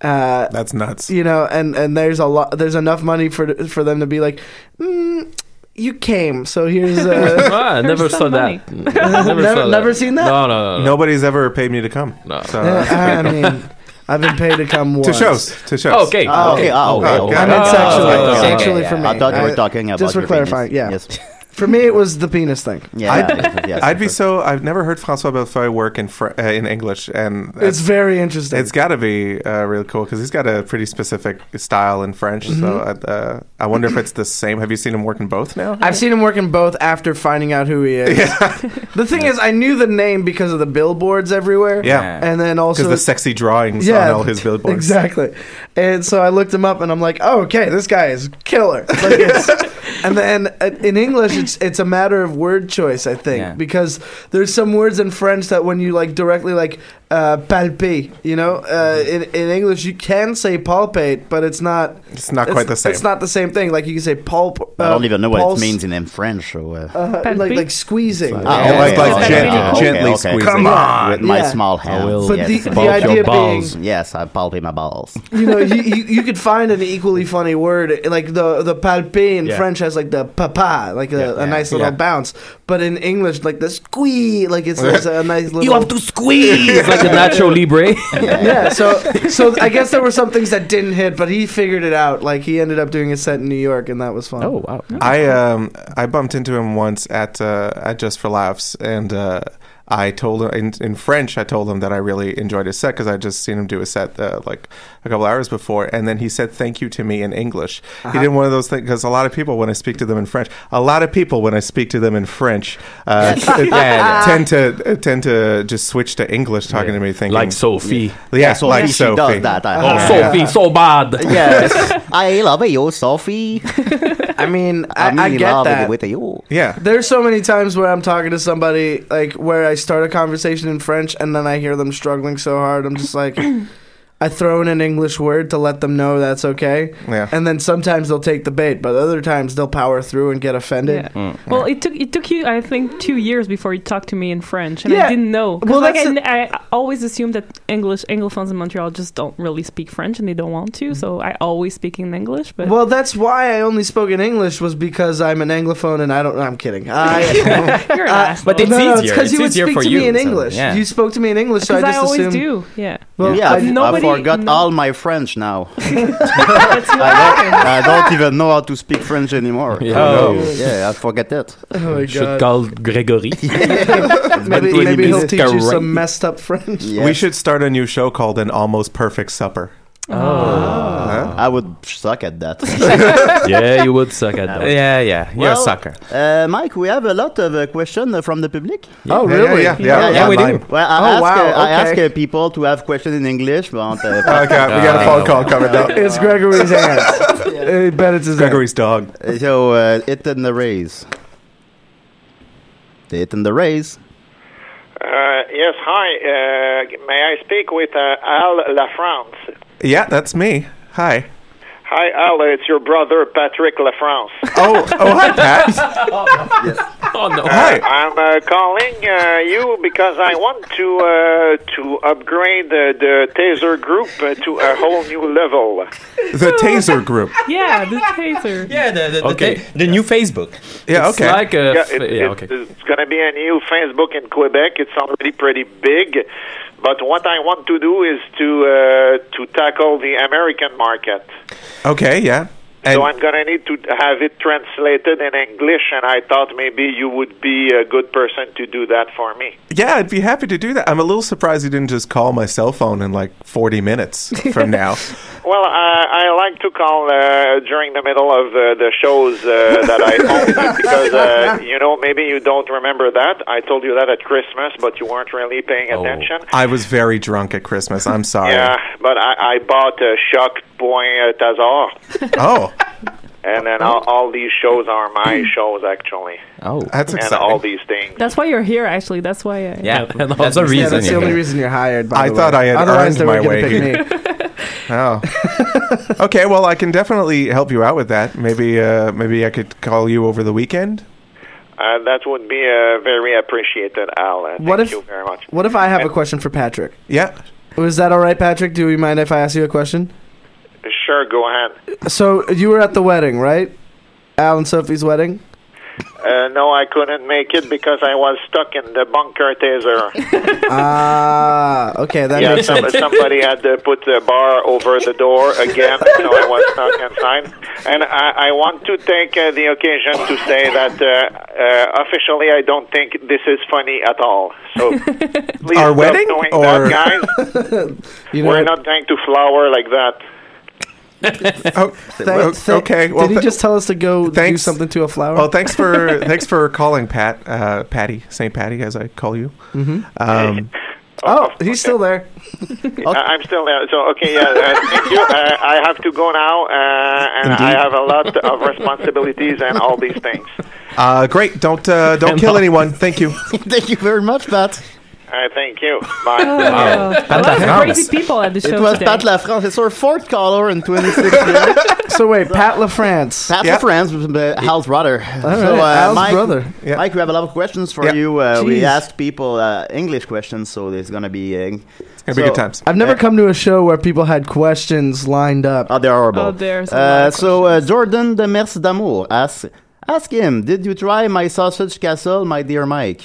S10: Uh,
S8: That's nuts.
S10: You know, and, and there's a lot. There's enough money for for them to be like, mm, you came, so here's. Uh,
S6: Ah, I never saw that.
S10: never,
S6: saw that.
S10: never seen that.
S6: No, no, no.
S8: Nobody's ever paid me to come. No. So.
S10: Yeah, I mean, I've been paid to come once.
S8: To shows, to shows. Okay,
S10: Oh,
S8: okay, oh, okay, okay.
S10: I meant
S8: Oh,
S10: sexually.
S8: okay, okay.
S10: sexually
S8: Okay,
S10: for
S8: yeah.
S10: me.
S8: I thought you were talking about
S10: Just for
S8: your penis.
S10: clarifying, yeah. For me, it was the penis thing.
S8: I'd, I'd be so. I've never heard Francois Belfeuille work in Fr- uh, in English, and
S10: It's very interesting.
S8: It's got to be uh, really cool because he's got a pretty specific style in French. So
S10: Mhm.
S8: I'd, uh, I wonder if it's the same. Have you seen him work in both now?
S10: I've seen him working both after finding out who he is. the thing is, I knew the name because of the billboards everywhere.
S8: Yeah.
S10: and then also
S8: because the sexy drawings on all his billboards.
S10: Exactly. And so I looked him up and I'm like, oh, okay, this guy is killer. Like it's, and then uh, in English, it's it's a matter of word choice, I think,
S9: Yeah.
S10: because there's some words in French that when you like directly like uh, palper, you know, uh, in, in English, you can say palpate, but it's not.
S8: It's not quite the same.
S10: It's not the same thing. Like you can say pulp. uh,
S5: I don't even know what
S10: pulse,
S5: it means in, in French. So, uh,
S10: Uh, like, like squeezing.
S5: Ah, Yeah, like- like okay, gen- okay, gently okay. squeezing. Come on. With my small
S10: hand.
S5: hands,
S10: But
S5: yes.
S10: the, the
S5: Palp your
S10: idea being,
S5: balls. yes, I palpate my balls.
S10: you know, you, you, you could find an equally funny word like the the palpé in
S5: Yeah.
S10: French has like the papa, like a, a nice little
S5: Yeah.
S10: bounce, but in English like the squee, like it's, it's a nice little.
S6: have to squeeze! It's like a Nacho Libre.
S10: yeah, so so I guess there were some things that didn't hit, but he figured it out. Like he ended up doing a set in New York, and that was fun.
S6: Oh wow!
S8: I um I bumped into him once at uh, at Just for Laughs, and uh, I told him in, in French. I told him that I really enjoyed his set because I just seen him do a set uh, like a couple hours before, and then he said thank you to me in English.
S6: Uh-huh.
S8: He did one of those things because a lot of people when I speak to them in French, a lot of people when I speak to them in French, uh,
S6: Yes. Yeah, yeah.
S8: tend to uh, tend to just switch to English talking to me, thinking
S6: Like Sophie.
S8: Yeah,
S5: Sophie,
S8: like
S5: she
S8: Sophie.
S5: does that. I
S6: Oh, Sophie, so bad.
S5: Yes, I love you, Sophie.
S10: I mean, I,
S5: I'm
S10: I
S5: in
S10: get
S5: love
S10: that.
S5: with you.
S8: Yeah.
S10: There's so many times where I'm talking to somebody like where I start a conversation in French and then I hear them struggling so hard. I'm just like, I throw in an English word to let them know that's okay.
S8: Yeah.
S10: And then sometimes they'll take the bait, but other times they'll power through and get offended.
S7: Well, it took it took you, I think, two years before you talked to me in French, and
S10: Yeah.
S7: I didn't know. 'Cause,
S10: Well,
S7: like, I,
S10: that's
S7: n- I always assumed that English Anglophones in Montreal just don't really speak French, and they don't want to.
S10: Mm-hmm.
S7: So I always speak in English. But
S10: Well, that's why I only spoke in English was because I'm an anglophone and I don't. I'm kidding. I,
S7: You're an
S10: uh,
S7: asshole.
S10: But it's no, no, it's easier. 'cause It's you would easier speak for to me you, in so, English. yeah. You spoke to me in English, so I
S7: 'Cause
S10: just
S7: always
S10: assumed-
S7: do. Yeah.
S10: Well,
S5: yeah,
S10: I-
S5: I, I
S10: nobody-
S5: forgot
S10: no-
S5: all my French now.
S7: That's what happened.
S5: I don't even know how to speak French anymore.
S6: Yeah.
S5: Oh,
S6: Oh.
S5: yeah, I forget it.
S10: Oh my
S6: Should
S10: God.
S6: call Gregory.
S10: maybe
S8: 20
S10: maybe he'll
S8: minutes.
S10: teach you
S8: Correct.
S10: some messed up French.
S8: We should start a new show called An Almost Perfect Supper.
S5: Oh. I would suck at that.
S6: yeah, you would suck at that.
S9: Yeah, yeah, you're a
S5: Well,
S9: sucker.
S5: Uh, Mike, we have a lot of uh, questions uh, from the public.
S10: Oh, Yeah, really? yeah, yeah, yeah, yeah, we do.
S5: Well, I
S10: Oh,
S5: ask,
S10: wow,
S5: uh, I ask
S10: okay.
S5: uh, people to have questions in English, but uh,
S8: Oh,
S10: got a phone call coming up. It's Gregory's hands. I bet it's his
S8: Gregory's dog.
S5: So uh, it and the rays. The it and the rays.
S12: Uh, yes, hi. Uh, may I speak with uh, Al LaFrance?
S8: Yeah, that's me. Hi.
S12: Hi, Al. It's your brother, Patrick LaFrance.
S8: Oh, oh, hi, Pat.
S6: Oh no!
S12: Uh, I'm uh, calling uh, you because I want to uh, to upgrade the, the Taser group uh, to a whole new level.
S8: The Taser group.
S7: Yeah, the taser.
S9: Yeah, the, the, the,
S6: Okay.
S9: ta- the new Facebook.
S8: Yeah,
S6: It's okay. like a
S12: yeah,
S6: f-
S12: it,
S6: yeah,
S12: it's,
S6: okay.
S12: it's going to be a new Facebook in Quebec. It's already pretty big, but what I want to do is to uh, to tackle the American market.
S8: Okay, yeah.
S12: so I'm going to need to have it translated in English, and I thought maybe you would be a good person to do that for me.
S8: Yeah, I'd be happy to do that. I'm a little surprised you didn't just call my cell phone in like 40 minutes from now.
S12: Well, I, I like to call uh, during the middle of uh, the shows uh, that I own because, uh, you know, maybe you don't remember that. I told you that at Christmas, but you weren't really paying attention.
S8: I was very drunk at Christmas. I'm sorry.
S12: Yeah, but I, I bought uh, Choc Point Tazor,
S8: Oh,
S12: and then all, all these shows are my shows, actually.
S9: Oh,
S8: that's
S12: And all these things.
S7: That's why you're here, actually. That's why. I,
S9: Yeah,
S10: that's
S9: that's the reason.
S10: that's the
S9: you're
S10: only
S9: here.
S10: reason you're hired. By
S8: I
S10: the
S8: thought
S10: way.
S8: I had
S10: Otherwise,
S8: earned
S10: they
S8: my
S10: were
S8: way
S10: gonna pick
S8: here.
S10: me.
S8: oh. Okay, well, I can definitely help you out with that. Maybe, uh, maybe I could call you over the weekend.
S12: Uh, that would be uh, very appreciated, Al. Uh,
S10: What
S12: thank
S10: if-
S12: you very much.
S10: What if I have a question for Patrick?
S8: Yeah.
S10: Was that all right, Patrick? Do you mind if I ask you a question?
S12: Sure, go ahead.
S10: So you were at the wedding, right? Al and Sophie's wedding.
S12: Uh, no, I couldn't make it because I was stuck in the bunker taser.
S10: Ah, okay, that
S12: yeah,
S10: makes
S12: some,
S10: sense.
S12: somebody had to put the bar over the door again, so I was stuck inside. And I, I want to take uh, the occasion to say that uh, uh, officially, I don't think this is funny at all. So please
S8: Our
S12: stop
S8: wedding,
S12: doing that,
S8: or-
S12: guys.
S10: You know
S12: We're
S10: what?
S12: not going to flower like that.
S8: Oh,
S10: Thank-
S8: o-
S10: thank-
S8: okay.
S10: did
S8: Well,
S10: he
S8: th-
S10: just tell us to go do
S8: thanks.
S10: something to a flower?
S8: well, thanks for thanks for calling, Pat, uh, Patty, Saint Patty, as I call you.
S10: Mhm.
S8: Um,
S10: Oh, he's still there.
S12: I- Uh, I'm still there. So okay, yeah. Uh, thank you. Uh, I have to go now, uh, and I have a lot of responsibilities and all these things.
S8: uh, great. Don't uh, don't kill anyone. Thank you.
S5: Thank you very much, Pat.
S12: Uh, thank you. Bye.
S7: Oh, a lot of crazy people at the
S5: It
S7: show
S5: was
S7: today.
S5: Pat LaFrance. It's our fourth caller in 26 years.
S10: So wait, Pat LaFrance.
S5: Pat
S8: Yeah.
S5: LaFrance was uh, Hal's brother.
S10: All
S5: So,
S10: right,
S5: uh,
S10: Al's
S5: Mike,
S10: brother.
S8: Yeah.
S5: Mike, we have a lot of questions for
S8: Yeah.
S5: you. Uh, we
S10: Jeez.
S5: asked people uh, English questions, so there's going to be. Uh, it's
S8: Gonna be good times.
S10: I've never come to a show where people had questions lined up.
S5: Oh, they're horrible.
S7: Oh, there's a lot
S5: uh,
S7: of
S5: so uh, Jordan de Merce d'Amour asks, ask him, did you try my sausage castle, my dear Mike?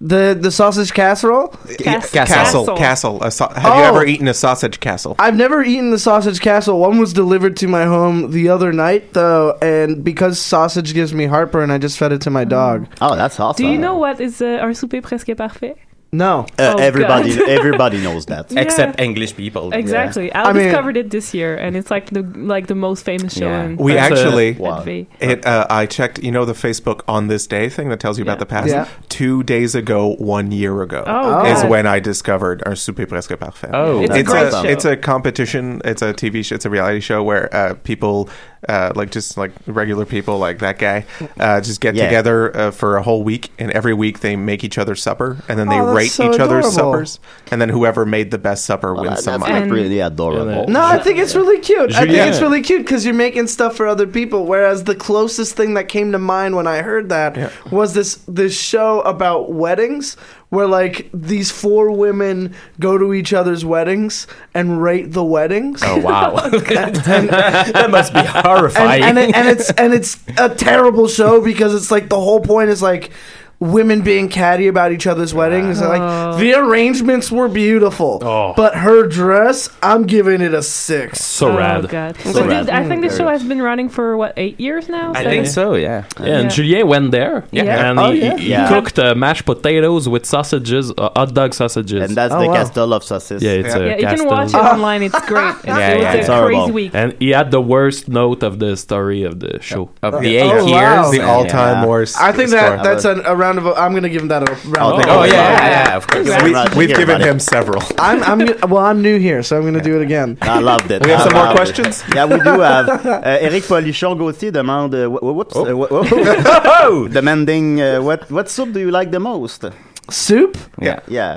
S10: The the sausage casserole.
S7: Cas-
S8: Castle,
S7: Castle.
S8: castle. A sau- have you
S10: Oh.
S8: ever eaten a sausage castle?
S10: I've never eaten the sausage casserole. One was delivered to my home the other night, though, and because sausage gives me heartburn, I just fed it to my dog.
S5: Oh, that's awesome.
S7: Do you know what is uh, un souper presque parfait?
S10: No,
S5: Uh,
S7: Oh,
S5: everybody,
S7: God.
S5: everybody knows that.
S7: Yeah.
S9: Except English people.
S7: Exactly.
S10: I
S7: I
S10: mean-
S7: discovered it this year, and it's like the like the most famous show.
S9: Yeah.
S7: In
S8: We
S6: That's a-
S8: actually.
S5: Wow.
S7: FV.
S8: It, uh, I checked, you know, the Facebook on this day thing that tells you about
S7: Yeah.
S8: the past.
S10: Yeah.
S8: Two days ago, one year ago,
S7: Oh,
S8: is
S7: God.
S8: when I discovered our Super Presque Parfait.
S6: Oh.
S7: It's a
S8: it's
S7: great
S8: a
S7: show.
S8: it's a competition. It's a TV show. It's a reality show where uh, people, uh, like just like regular people, like that guy, uh, just get
S5: Yeah.
S8: together uh, for a whole week, and every week they make each other supper, and then they
S10: Oh, that's
S8: rate
S10: so
S8: each other's
S10: adorable.
S8: suppers, and then whoever made the best supper
S5: Well,
S8: wins
S5: that,
S8: some
S5: that's
S8: money.
S5: like really adorable.
S10: no, I think it's really cute. I think
S6: Juliette.
S10: it's really cute because you're making stuff for other people. Whereas the closest thing that came to mind when I heard that
S8: Yeah.
S10: was this this show about weddings, where like these four women go to each other's weddings and rate the weddings.
S9: Oh wow, that must be horrifying.
S10: and, and, it, and it's and it's a terrible show because it's like the whole point is like women being catty about each other's weddings and like the arrangements were beautiful
S6: Oh.
S10: but her dress i'm giving it a six
S6: So
S7: Oh
S6: rad.
S7: god!
S6: So
S7: But
S6: rad.
S7: the- I think the show has been running for what eight years now.
S9: I
S7: So
S9: think so. Yeah.
S6: Yeah, and
S7: Yeah.
S6: Julien went there.
S7: Yeah.
S6: And
S5: Oh,
S6: he,
S5: yeah.
S6: he
S5: Yeah.
S6: cooked uh, mashed potatoes with sausages, uh, hot dog sausages.
S5: And that's
S10: Oh,
S5: the
S10: wow.
S5: castle of saucisses.
S6: yeah, it's
S8: Yeah.
S6: uh,
S7: Yeah, you can
S6: Castel.
S7: watch it online. It's great. It's,
S9: Yeah,
S7: it was
S9: yeah,
S7: a
S5: it's
S7: crazy
S5: horrible.
S7: week.
S6: And he had the worst note of the story of the show.
S9: Of the
S10: Yeah.
S9: eight
S10: Oh,
S9: years,
S10: wow.
S8: the
S9: and-
S8: all-time worst.
S10: i think
S8: score.
S10: that that's an, a round of i'm gonna give him that a round
S5: Oh,
S10: of
S5: thank
S9: Oh
S5: you.
S9: yeah, yeah,
S5: Yeah.
S9: yeah, of course.
S5: Thank you very much.
S8: We've
S5: Hear
S8: given
S5: about it.
S8: him several.
S10: i'm i'm gonna- well i'm new here so i'm gonna do it again
S5: I loved it.
S8: We have
S5: I
S8: some more
S5: loved it.
S8: questions?
S5: Yeah, we do have. Uh, Eric Polichon Gauthier demande. Uh, wh- wh- whoops. uh, wh- wh- demanding uh, what what soup do you like the most?
S10: soup
S9: Yeah.
S5: Yeah.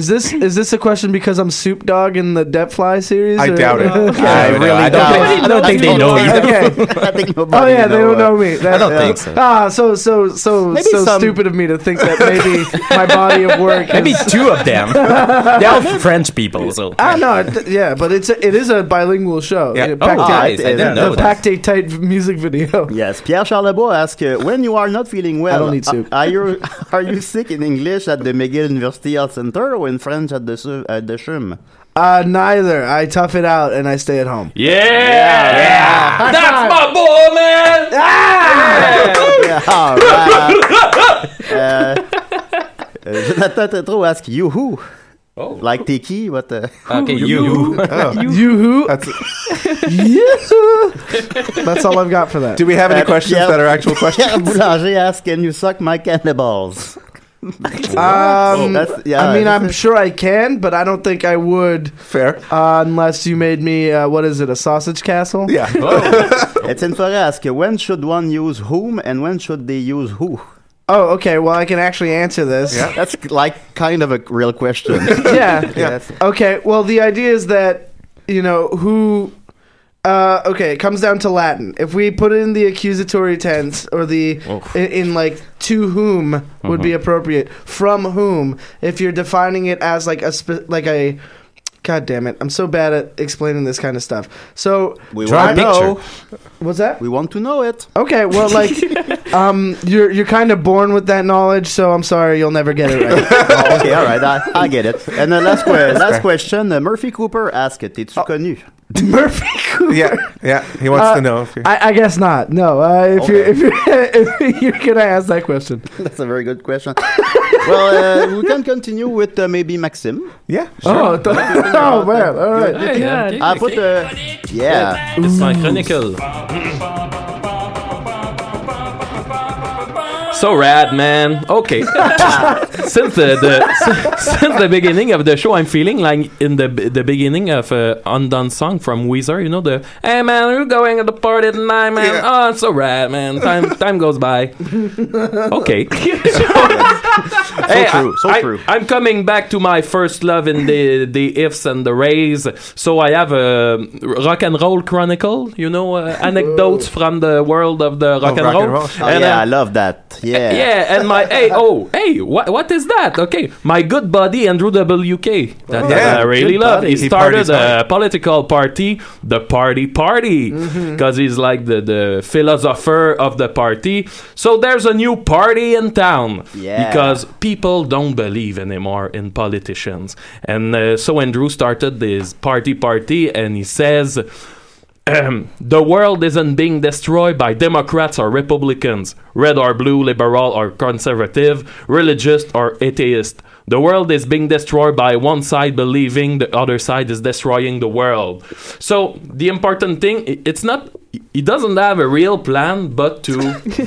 S10: Is this is this a question because I'm Soup Dog in the Depfly series?
S8: I
S10: or-
S8: doubt it.
S10: Okay.
S8: I really
S9: I don't
S8: doubt
S9: think-
S8: it.
S9: I don't think they know either.
S5: Okay. I think
S10: Oh
S5: nobody
S10: yeah, they don't
S5: know, uh,
S10: know me.
S5: I don't
S10: yeah.
S5: think so.
S10: Ah, so so so
S5: Maybe
S10: so
S5: some-
S10: stupid of me to think that maybe my body of work.
S9: Maybe
S10: is-
S9: two of them. They're all French people, so.
S10: Ah no, it- yeah, but it's a, it is a bilingual show.
S9: Yeah.
S10: Yeah,
S9: Oh, nice. I didn't know
S10: the
S9: that.
S10: Pacte type music video.
S5: uh, Yes, Pierre Charlebois asks, uh, when you are not feeling well, uh,
S10: don't need soup.
S5: Are, are you are you sick in English at the McGill University Health Center or in French at the Su- at the CHUM?
S10: Uh, neither. I tough it out and I stay at home.
S6: Yeah! That's my boy, man!
S10: Ah!
S5: Yeah, all right. uh, uh, Jonathan Tetro asks, you who?
S9: Oh.
S5: Like Tiki, what uh, the?
S9: Okay, you.
S10: You, who?
S8: That's,
S10: That's all I've got for that.
S8: do we have any
S5: Uh,
S8: questions
S5: Pierre-
S8: that are actual
S5: Pierre
S8: questions?
S5: Boulanger asks, can you suck my cannibals?
S10: Um,
S5: That's- yeah,
S10: I mean,
S5: that's
S10: I'm sure I can, but I don't think I would
S8: Fair.
S10: uh, unless you made me uh, what is it, a sausage castle?
S8: Yeah.
S5: Etienne Forêt asks, when should one use whom and when should they use who?
S10: Oh, okay. Well, I can actually answer this.
S8: Yeah.
S5: That's like kind of a real question.
S10: yeah.
S5: Yes.
S10: Okay. Well, the idea is that you know who. Uh, okay, it comes down to Latin. If we put it in the accusatory tense or the in, in like to whom would be appropriate, from whom. If you're defining it as like a spe- like a, god damn it, I'm so bad at explaining this kind of stuff. So
S5: We
S10: I
S5: want to know.
S10: What's that?
S5: We want to know it.
S10: Okay, well, like, um, you're you're kind of born with that knowledge, so I'm sorry, you'll never get it right.
S5: Oh, okay, all right, I, I get it. And the last, que- last question, uh, Murphy Cooper asks, t'es-tu connu?
S10: Oh. Murphy Cooper.
S8: yeah, yeah. He wants to know if you.
S10: Uh, I, I guess not. No, uh, if you're if you're, if you're gonna ask that question,
S5: That's a very good question. well, uh, we can continue with uh, maybe Maxim.
S8: yeah.
S10: oh, th- oh man, all right.
S6: Hey, yeah, okay,
S5: I
S6: okay.
S5: put, uh, yeah.
S6: It's my chronicle. So rad, man. Okay. since the, the since the beginning of the show, I'm feeling like in the the beginning of uh, Undone Song from Weezer. You know the Hey man, we're going to the party tonight, man. Oh, it's so rad, man. Time time goes by. Okay. Hey,
S5: So true, so
S6: I,
S5: true.
S6: I, am coming back to my first love in the the ifs and the rays. So I have a rock and roll chronicle, you know, uh, anecdotes from the world of the rock, and,
S8: rock
S6: roll.
S8: and roll.
S5: Oh,
S6: And,
S5: yeah,
S6: uh,
S5: I love that. Yeah.
S6: yeah, and my hey oh hey what what is that? Okay, my good buddy Andrew WK that, that
S8: Yeah,
S6: I really
S8: good
S6: love.
S8: buddy.
S6: He
S8: He
S6: started
S8: parties
S6: a
S8: hard.
S6: political party, the Party Party,
S8: Mm-hmm.
S6: because he's like the the philosopher of the party. So there's a new party in town
S5: Yeah.
S6: because people don't believe anymore in politicians, and uh, so Andrew started this Party Party, and he says. Ahem. the world isn't being destroyed by Democrats or Republicans, red or blue, liberal or conservative, religious or atheist. The world is being destroyed by one side believing the other side is destroying the world. So the important thing, i- it's not. He doesn't have a real plan, but to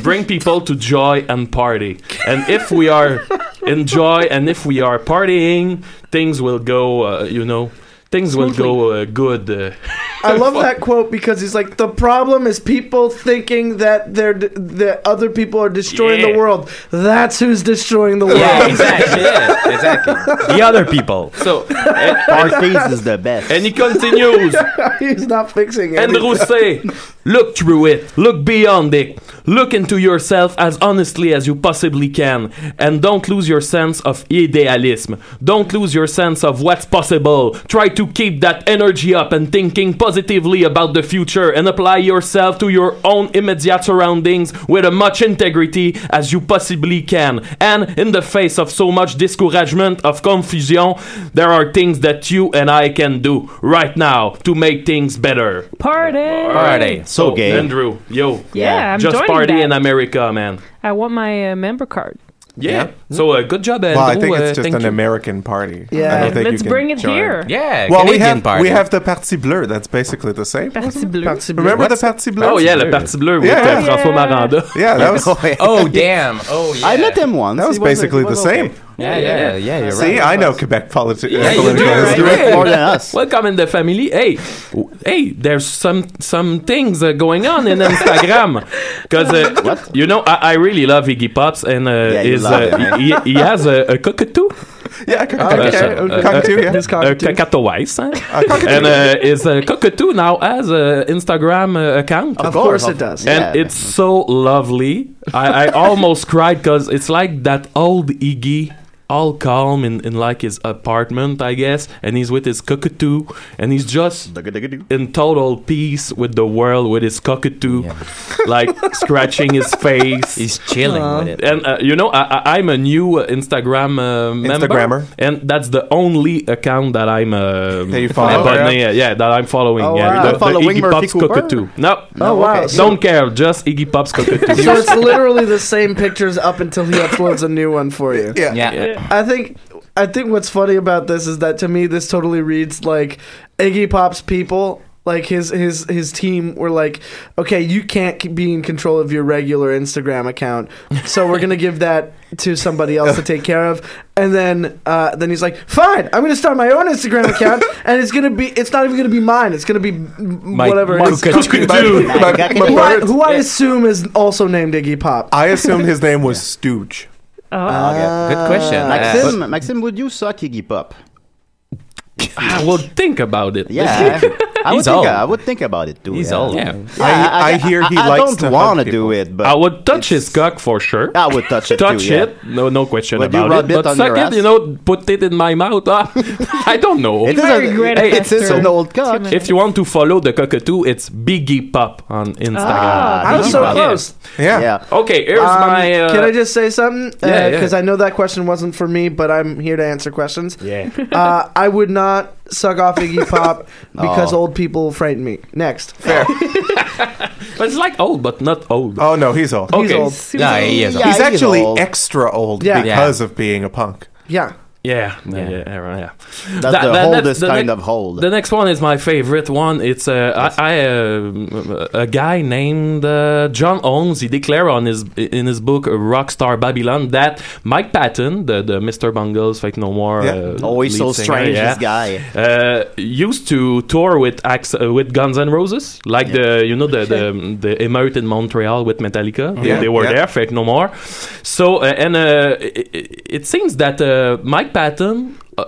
S6: bring people to joy and party. And if we are in joy, and if we are partying, things will go. Uh, you know, things will go uh, good. Uh,
S10: I love that quote because he's like, the problem is people thinking that they're d- that other people are destroying
S6: Yeah.
S10: the world. That's who's destroying the world.
S9: Yeah, exactly. yeah, exactly. The other people.
S6: so. eh,
S5: Parties is the best.
S6: And he continues.
S10: He's not fixing it.
S6: Andrew say, look through it, look beyond it, look into yourself as honestly as you possibly can, and don't lose your sense of idealism. Don't lose your sense of what's possible. Try to keep that energy up and thinking positively about the future and apply yourself to your own immediate surroundings with as much integrity as you possibly can. And in the face of so much discouragement, of confusion, there are things that you and I can do right now to make things better.
S7: Party.
S9: Party.
S5: So gay.
S6: Andrew, yo.
S7: Yeah, I'm
S6: Just
S7: joining
S6: party
S7: that.
S6: in America, man.
S7: I want my uh, member card.
S6: Yeah. So uh, good job, Andrew.
S8: Well, I think
S6: Uh,
S8: it's just
S6: thank
S8: an
S6: you.
S8: American party.
S10: Yeah.
S8: I don't think
S7: Let's
S8: you can
S7: bring it
S8: join.
S7: here.
S9: Yeah,
S8: Well, we
S9: Canadian
S8: have
S9: party.
S8: we have the Parti Bleu. That's basically the same.
S7: Parti bleu.
S8: Remember the Parti Bleu?
S6: Oh yeah, le Parti Bleu with
S8: Yeah.
S6: uh, François Maranda.
S8: Yeah, that was.
S9: Oh damn. Oh yeah.
S5: I met him once.
S8: That was
S5: He a- he
S8: basically the
S5: was
S8: same.
S5: okay.
S9: Yeah, yeah, yeah. You're
S8: See,
S9: right.
S8: I know Quebec politi- uh,
S9: you do,
S8: political
S9: right?
S8: history.
S5: He was More than us.
S6: Welcome in the family. Hey, w- hey, there's some some things uh, going on in Instagram because uh, you know I, I really love Iggy Pops and uh,
S5: you
S6: his
S5: love
S6: uh,
S5: him,
S6: he, he has a, a cockatoo.
S8: Yeah, cockatoo. Okay, okay. Cockatoo, yeah. This
S6: Uh,
S8: cockatoo.
S6: Cacatoice. Huh?
S8: Uh, cockatoo.
S6: and uh, is uh, Cockatoo now has an Instagram uh, account.
S10: Of Of course course. it does,
S6: And
S10: yeah.
S6: it's so lovely. I, I almost cried because it's like that old Iggy. All calm in, in like his apartment, I guess, and he's with his cockatoo, and he's just in total peace with the world with his cockatoo, like scratching his face. He's
S9: chilling Aw. with it.
S6: And uh, you know, I, I, I'm a new uh, Instagram uh, member,
S8: Instagrammer.
S6: and that's the only account that I'm uh,
S8: That you follow,
S6: abonné,
S8: yeah.
S6: yeah. yeah, that I'm following.
S10: Oh,
S6: yeah,
S10: wow.
S6: the,
S10: Not following
S6: the Iggy
S10: Murphy
S6: Pop's
S10: Cooper?
S6: cockatoo. No,
S10: No, wow. okay. So-
S6: don't care. Just Iggy Pop's cockatoo.
S10: so it's literally the same pictures up until he uploads a new one for you.
S8: Yeah.
S9: Yeah.
S10: I think I think what's funny about this is that to me this totally reads like Iggy Pop's people like his his his team were like okay you can't c- be in control of your regular Instagram account so we're going to give that to somebody else to take care of and then uh, then he's like fine I'm going to start my own Instagram account and it's going to be it's not even going to be mine it's going to be m-
S6: My-
S10: whatever
S6: my
S10: his-
S6: cockatoo. My- my- my
S10: who I,
S6: bird.
S10: who I assume is also named Iggy Pop
S8: I assumed his name was Stooge.
S9: Good question.
S5: Uh,
S9: Uh,
S5: Maxim, Maxim, would you suck Iggy Pop?
S6: I will think about it.
S5: Yeah, I would
S6: He's
S5: think.
S6: old.
S5: I would think about it too.
S6: He's
S5: yeah.
S6: old.
S5: Yeah,
S6: Yeah.
S5: I, hear he I, likes don't want to do it, but
S6: I would touch his cock for sure.
S5: I would touch it.
S6: touch
S5: too, yeah.
S6: it, no, no question
S5: Would you
S6: about
S5: rub
S6: it.
S5: it
S6: But
S5: on
S6: suck
S5: your
S6: it,
S5: ass?
S6: you know, put it in my mouth. Ah, I don't know.
S5: It is
S7: Very great at
S5: it's
S7: after
S5: an old cock.
S7: minutes.
S6: If you want to follow the cockatoo, it's Biggie Pop on Instagram.
S7: Ah,
S10: I was so close
S8: Yeah.
S6: Okay, here's
S10: Um,
S6: my. Uh,
S10: can I just say something? Because
S6: Yeah, yeah.
S10: I know that question wasn't for me, but I'm here to answer questions.
S6: Yeah.
S10: Uh, I would not suck off Iggy Pop because
S5: Oh.
S10: old people frighten me. Next.
S6: But it's like old, but not old.
S8: Oh no, he's old.
S6: Okay.
S10: He's old.
S9: Yeah, he is.
S5: Yeah,
S8: he's
S5: he's
S8: actually
S5: old.
S8: extra old
S10: Yeah.
S8: because of being a punk.
S10: Yeah.
S6: Yeah, yeah, yeah, yeah, yeah.
S5: That's
S6: That-
S5: the
S6: that-
S5: oldest
S6: the
S5: kind
S6: ne-
S5: of hold.
S6: The next one is my favorite one. It's uh, I, I, uh, a guy named uh, John Holmes. He declared on his in his book Rockstar Babylon that Mike Patton, the, the Mr. Bungles, Fake No More,
S8: Yeah.
S6: uh,
S5: Always
S6: lead
S5: so
S6: singer,
S5: strange,
S6: yeah,
S5: this guy.
S6: uh, used to tour with Ax- uh, with Guns N' Roses, like the you know the the, the emeute in Montreal with Metallica. They-
S8: Yeah,
S6: they were
S8: yeah.
S6: there, Fake No More. So uh, and uh, it, it- it seems that uh, Mike Patton uh,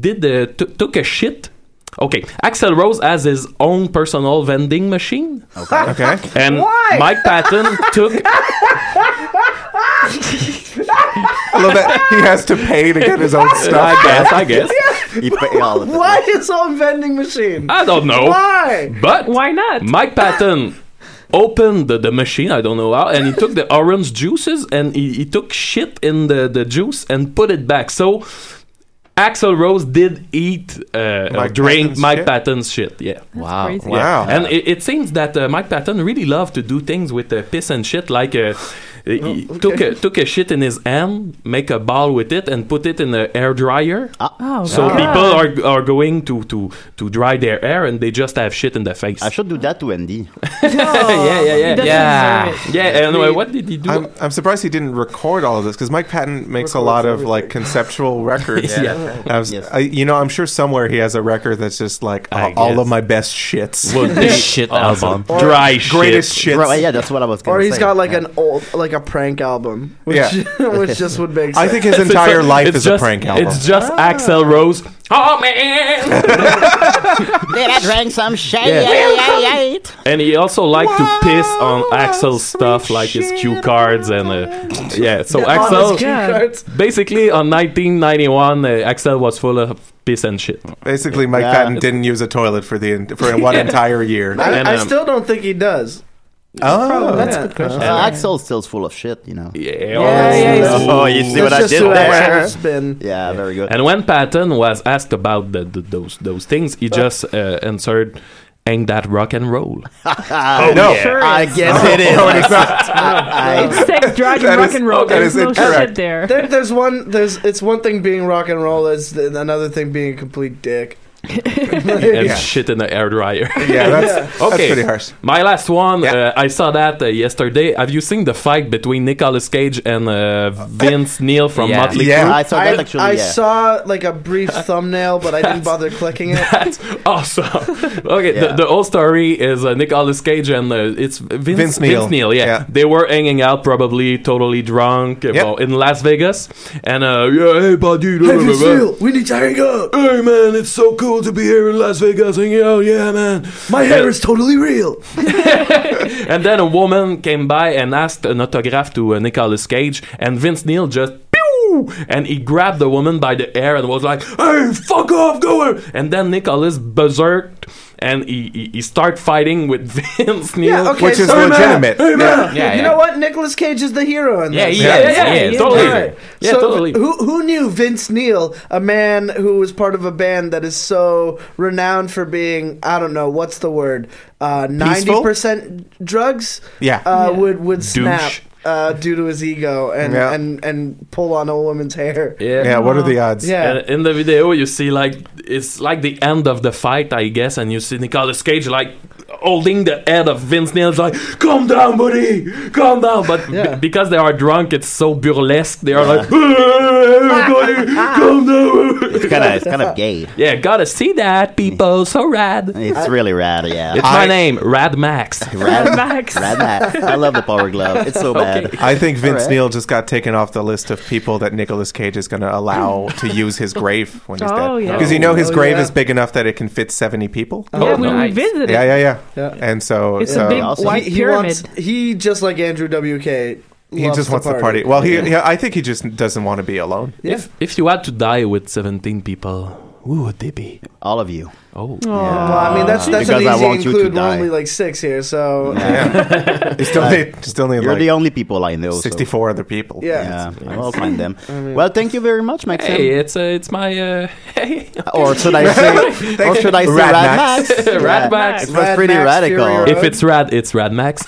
S6: did uh, t- took a shit. Okay, Axel Rose has his own personal vending machine,
S8: Okay.
S6: and
S10: Why?
S6: Mike Patton took
S8: I love that he has to pay to get his own stuff.
S6: I guess, I guess,
S5: He pay all of it.
S10: Why his own vending machine?
S6: I don't know,
S10: Why?
S6: but
S7: Why not?
S6: Mike Patton opened the, the machine, I don't know how, and he took the orange juices and he, he took shit in the, the juice and put it back. So Axel Rose did eat, uh, uh,
S8: Mike
S6: drink
S8: Patton's
S6: Mike
S8: shit?
S6: Patton's shit. Yeah.
S9: Wow.
S7: Crazy.
S8: Wow.
S6: And it, it seems that uh, Mike Patton really loved to do things with uh, piss and shit, like uh, he
S8: Oh,
S6: took a, took a shit in his hand, make a ball with it, and put it in an air dryer.
S7: Oh, God.
S6: So people are, are going to, to, to dry their hair, and they just have shit in the face.
S5: I should do that to Andy.
S6: yeah, yeah, yeah.
S7: He doesn't
S9: Yeah.
S7: deserve it.
S6: Yeah, and uh, what did he do?
S8: I'm, I'm surprised he didn't record all of this because Mike Patton makes a lot of like conceptual records.
S6: Yeah.
S8: I was-
S5: Yes.
S8: I- you know, I'm sure somewhere he has a record that's just like
S6: I
S8: all, all of
S6: guess.
S8: my best shits,
S6: Well,
S9: The shit album.
S6: Dry shit.
S8: greatest shits.
S5: Right, yeah, that's what I was. Gonna
S10: Or he's
S5: say.
S10: got like an old, like a prank album, which, which just would make sense.
S8: I think his
S6: It's- it's
S8: entire
S6: a-
S8: life
S6: it's
S8: is
S6: just-
S8: a prank album.
S6: It's just
S7: Ah.
S6: Axel Rose. Oh man!
S5: Did I drank some shit?
S6: Yeah.
S5: yeah,
S6: and he also liked to piss on Axel's stuff, like his cue cards and uh,
S7: oh,
S6: yeah. So
S10: Honest
S6: Axel,
S10: cue cards.
S6: basically, on 1991, uh, Axel was full of piss and shit.
S8: Basically, Mike
S5: Yeah.
S8: Patton didn't use a toilet for the en- for one entire year.
S10: I,
S6: And,
S10: I
S6: um,
S10: still don't think he does.
S8: Oh,
S10: That's a good question.
S5: Uh, Axel's still full of shit, you know.
S6: Yeah.
S10: Yeah, yeah, yeah.
S5: Oh, you see what I
S10: just
S5: did
S10: who
S5: there?
S10: Axel's been.
S5: Yeah, very good.
S6: And when Patton was asked about the, the, those those things, he just uh, answered, "Ain't that rock and roll?"
S5: oh,
S8: no.
S7: Sure
S5: I
S7: is.
S5: guess it is. I-
S7: It's sex, drugs, and
S8: That
S7: rock
S8: is-
S7: and roll.
S8: that
S7: There's
S8: is
S7: no shit
S8: incorrect.
S7: there.
S10: There, there's one. There's it's one thing being rock and roll. Is another thing being a complete dick.
S6: and
S8: Yeah.
S6: shit in the air dryer.
S8: Yeah, that's- that's
S6: okay.
S8: pretty harsh.
S6: My last one. Uh, I saw that uh, yesterday. Have you seen the fight between Nicolas Cage and uh, Vince Neil from Motley Crue?
S10: I saw like a brief thumbnail, but I didn't bother clicking it.
S6: That's awesome. okay, the, the whole story is uh, Nicolas Cage and uh, it's Vince,
S8: Vince Neil.
S6: yeah. They were hanging out, probably totally drunk, uh,
S8: Yep.
S6: well, in Las Vegas. And uh, yeah, hey, buddy, blah, blah, blah.
S10: we need to hang up.
S6: Hey man, it's so cool to be here in Las Vegas hanging out. Yeah, man.
S10: My hair is totally real.
S6: and then a woman came by and asked an autograph to uh, Nicolas Cage, and Vince Neil just. pew, And he grabbed the woman by the hair and was like, "Hey, fuck off, go!" away." And then Nicholas berserked, and he he, he start fighting with Vince Neil,
S10: okay, Which is so- legitimate.
S6: Hey, man.
S10: You know what? Nicolas Cage is the hero in
S6: Yeah,
S10: this.
S6: he Yeah, is. yeah, yeah, yeah, totally. Yeah,
S10: so
S6: totally.
S10: Who, who knew Vince Neil, a man who was part of a band that is so renowned for being, I don't know, what's the word? Uh, 90% drugs?
S8: Yeah.
S10: Uh,
S8: Yeah.
S10: Would, would snap
S8: Douche.
S10: uh, due to his ego and,
S6: Yeah.
S10: and, and pull on a woman's hair. Yeah.
S6: And in the video, you see like it's like the end of the fight, I guess, and you see Nicolas Cage like holding the head of Vince Neil, like "Calm down, buddy, calm down." But b- because they are drunk, it's so burlesque. They are like, "Everybody, calm down."
S5: It's kind of it's kind of gay.
S6: Yeah, gotta see that, people. So rad.
S5: It's really rad. Yeah,
S6: It's my name, Rad Max.
S5: Rad Max. Rad Max. I love the power glove. It's so bad.
S8: I think Vince
S5: Alright.
S8: Neil just got taken off the list of people that Nicolas Cage is going to allow to use his grave when he's
S7: Oh,
S8: dead.
S7: yeah.
S8: Because you know his
S7: Oh,
S8: grave
S7: yeah.
S8: is big enough that it can fit 70 people.
S7: Oh, Yeah, we- we nice. visited it.
S8: Yeah, yeah, yeah,
S10: Yeah.
S8: And so
S10: It's a
S8: so-
S10: big Also, white he- he wants- He just like Andrew WK.
S8: He
S10: loves
S8: just
S10: to
S8: wants the party. Well, he, yeah, I think he just doesn't want to be alone.
S6: If if you had to die with seventeen people, who would they be?
S5: All of you.
S6: Oh,
S10: Well, I mean that's that's
S5: Because
S10: an
S5: I
S10: easy
S5: want you to
S10: include. We're
S5: die.
S10: only like six here, so
S8: It's only- it's only
S5: You're
S8: like
S5: the only people I know.
S8: 64 other people.
S10: Yeah.
S5: yeah. I'll find them.
S10: I mean-
S5: Well, thank you very much, Maxim.
S6: Hey, it's uh, it's my uh, hey.
S5: Or should I say? or should I say Rad, Max?
S6: Rad Max.
S5: It was pretty radical.
S6: If it's rad, it's Rad Max.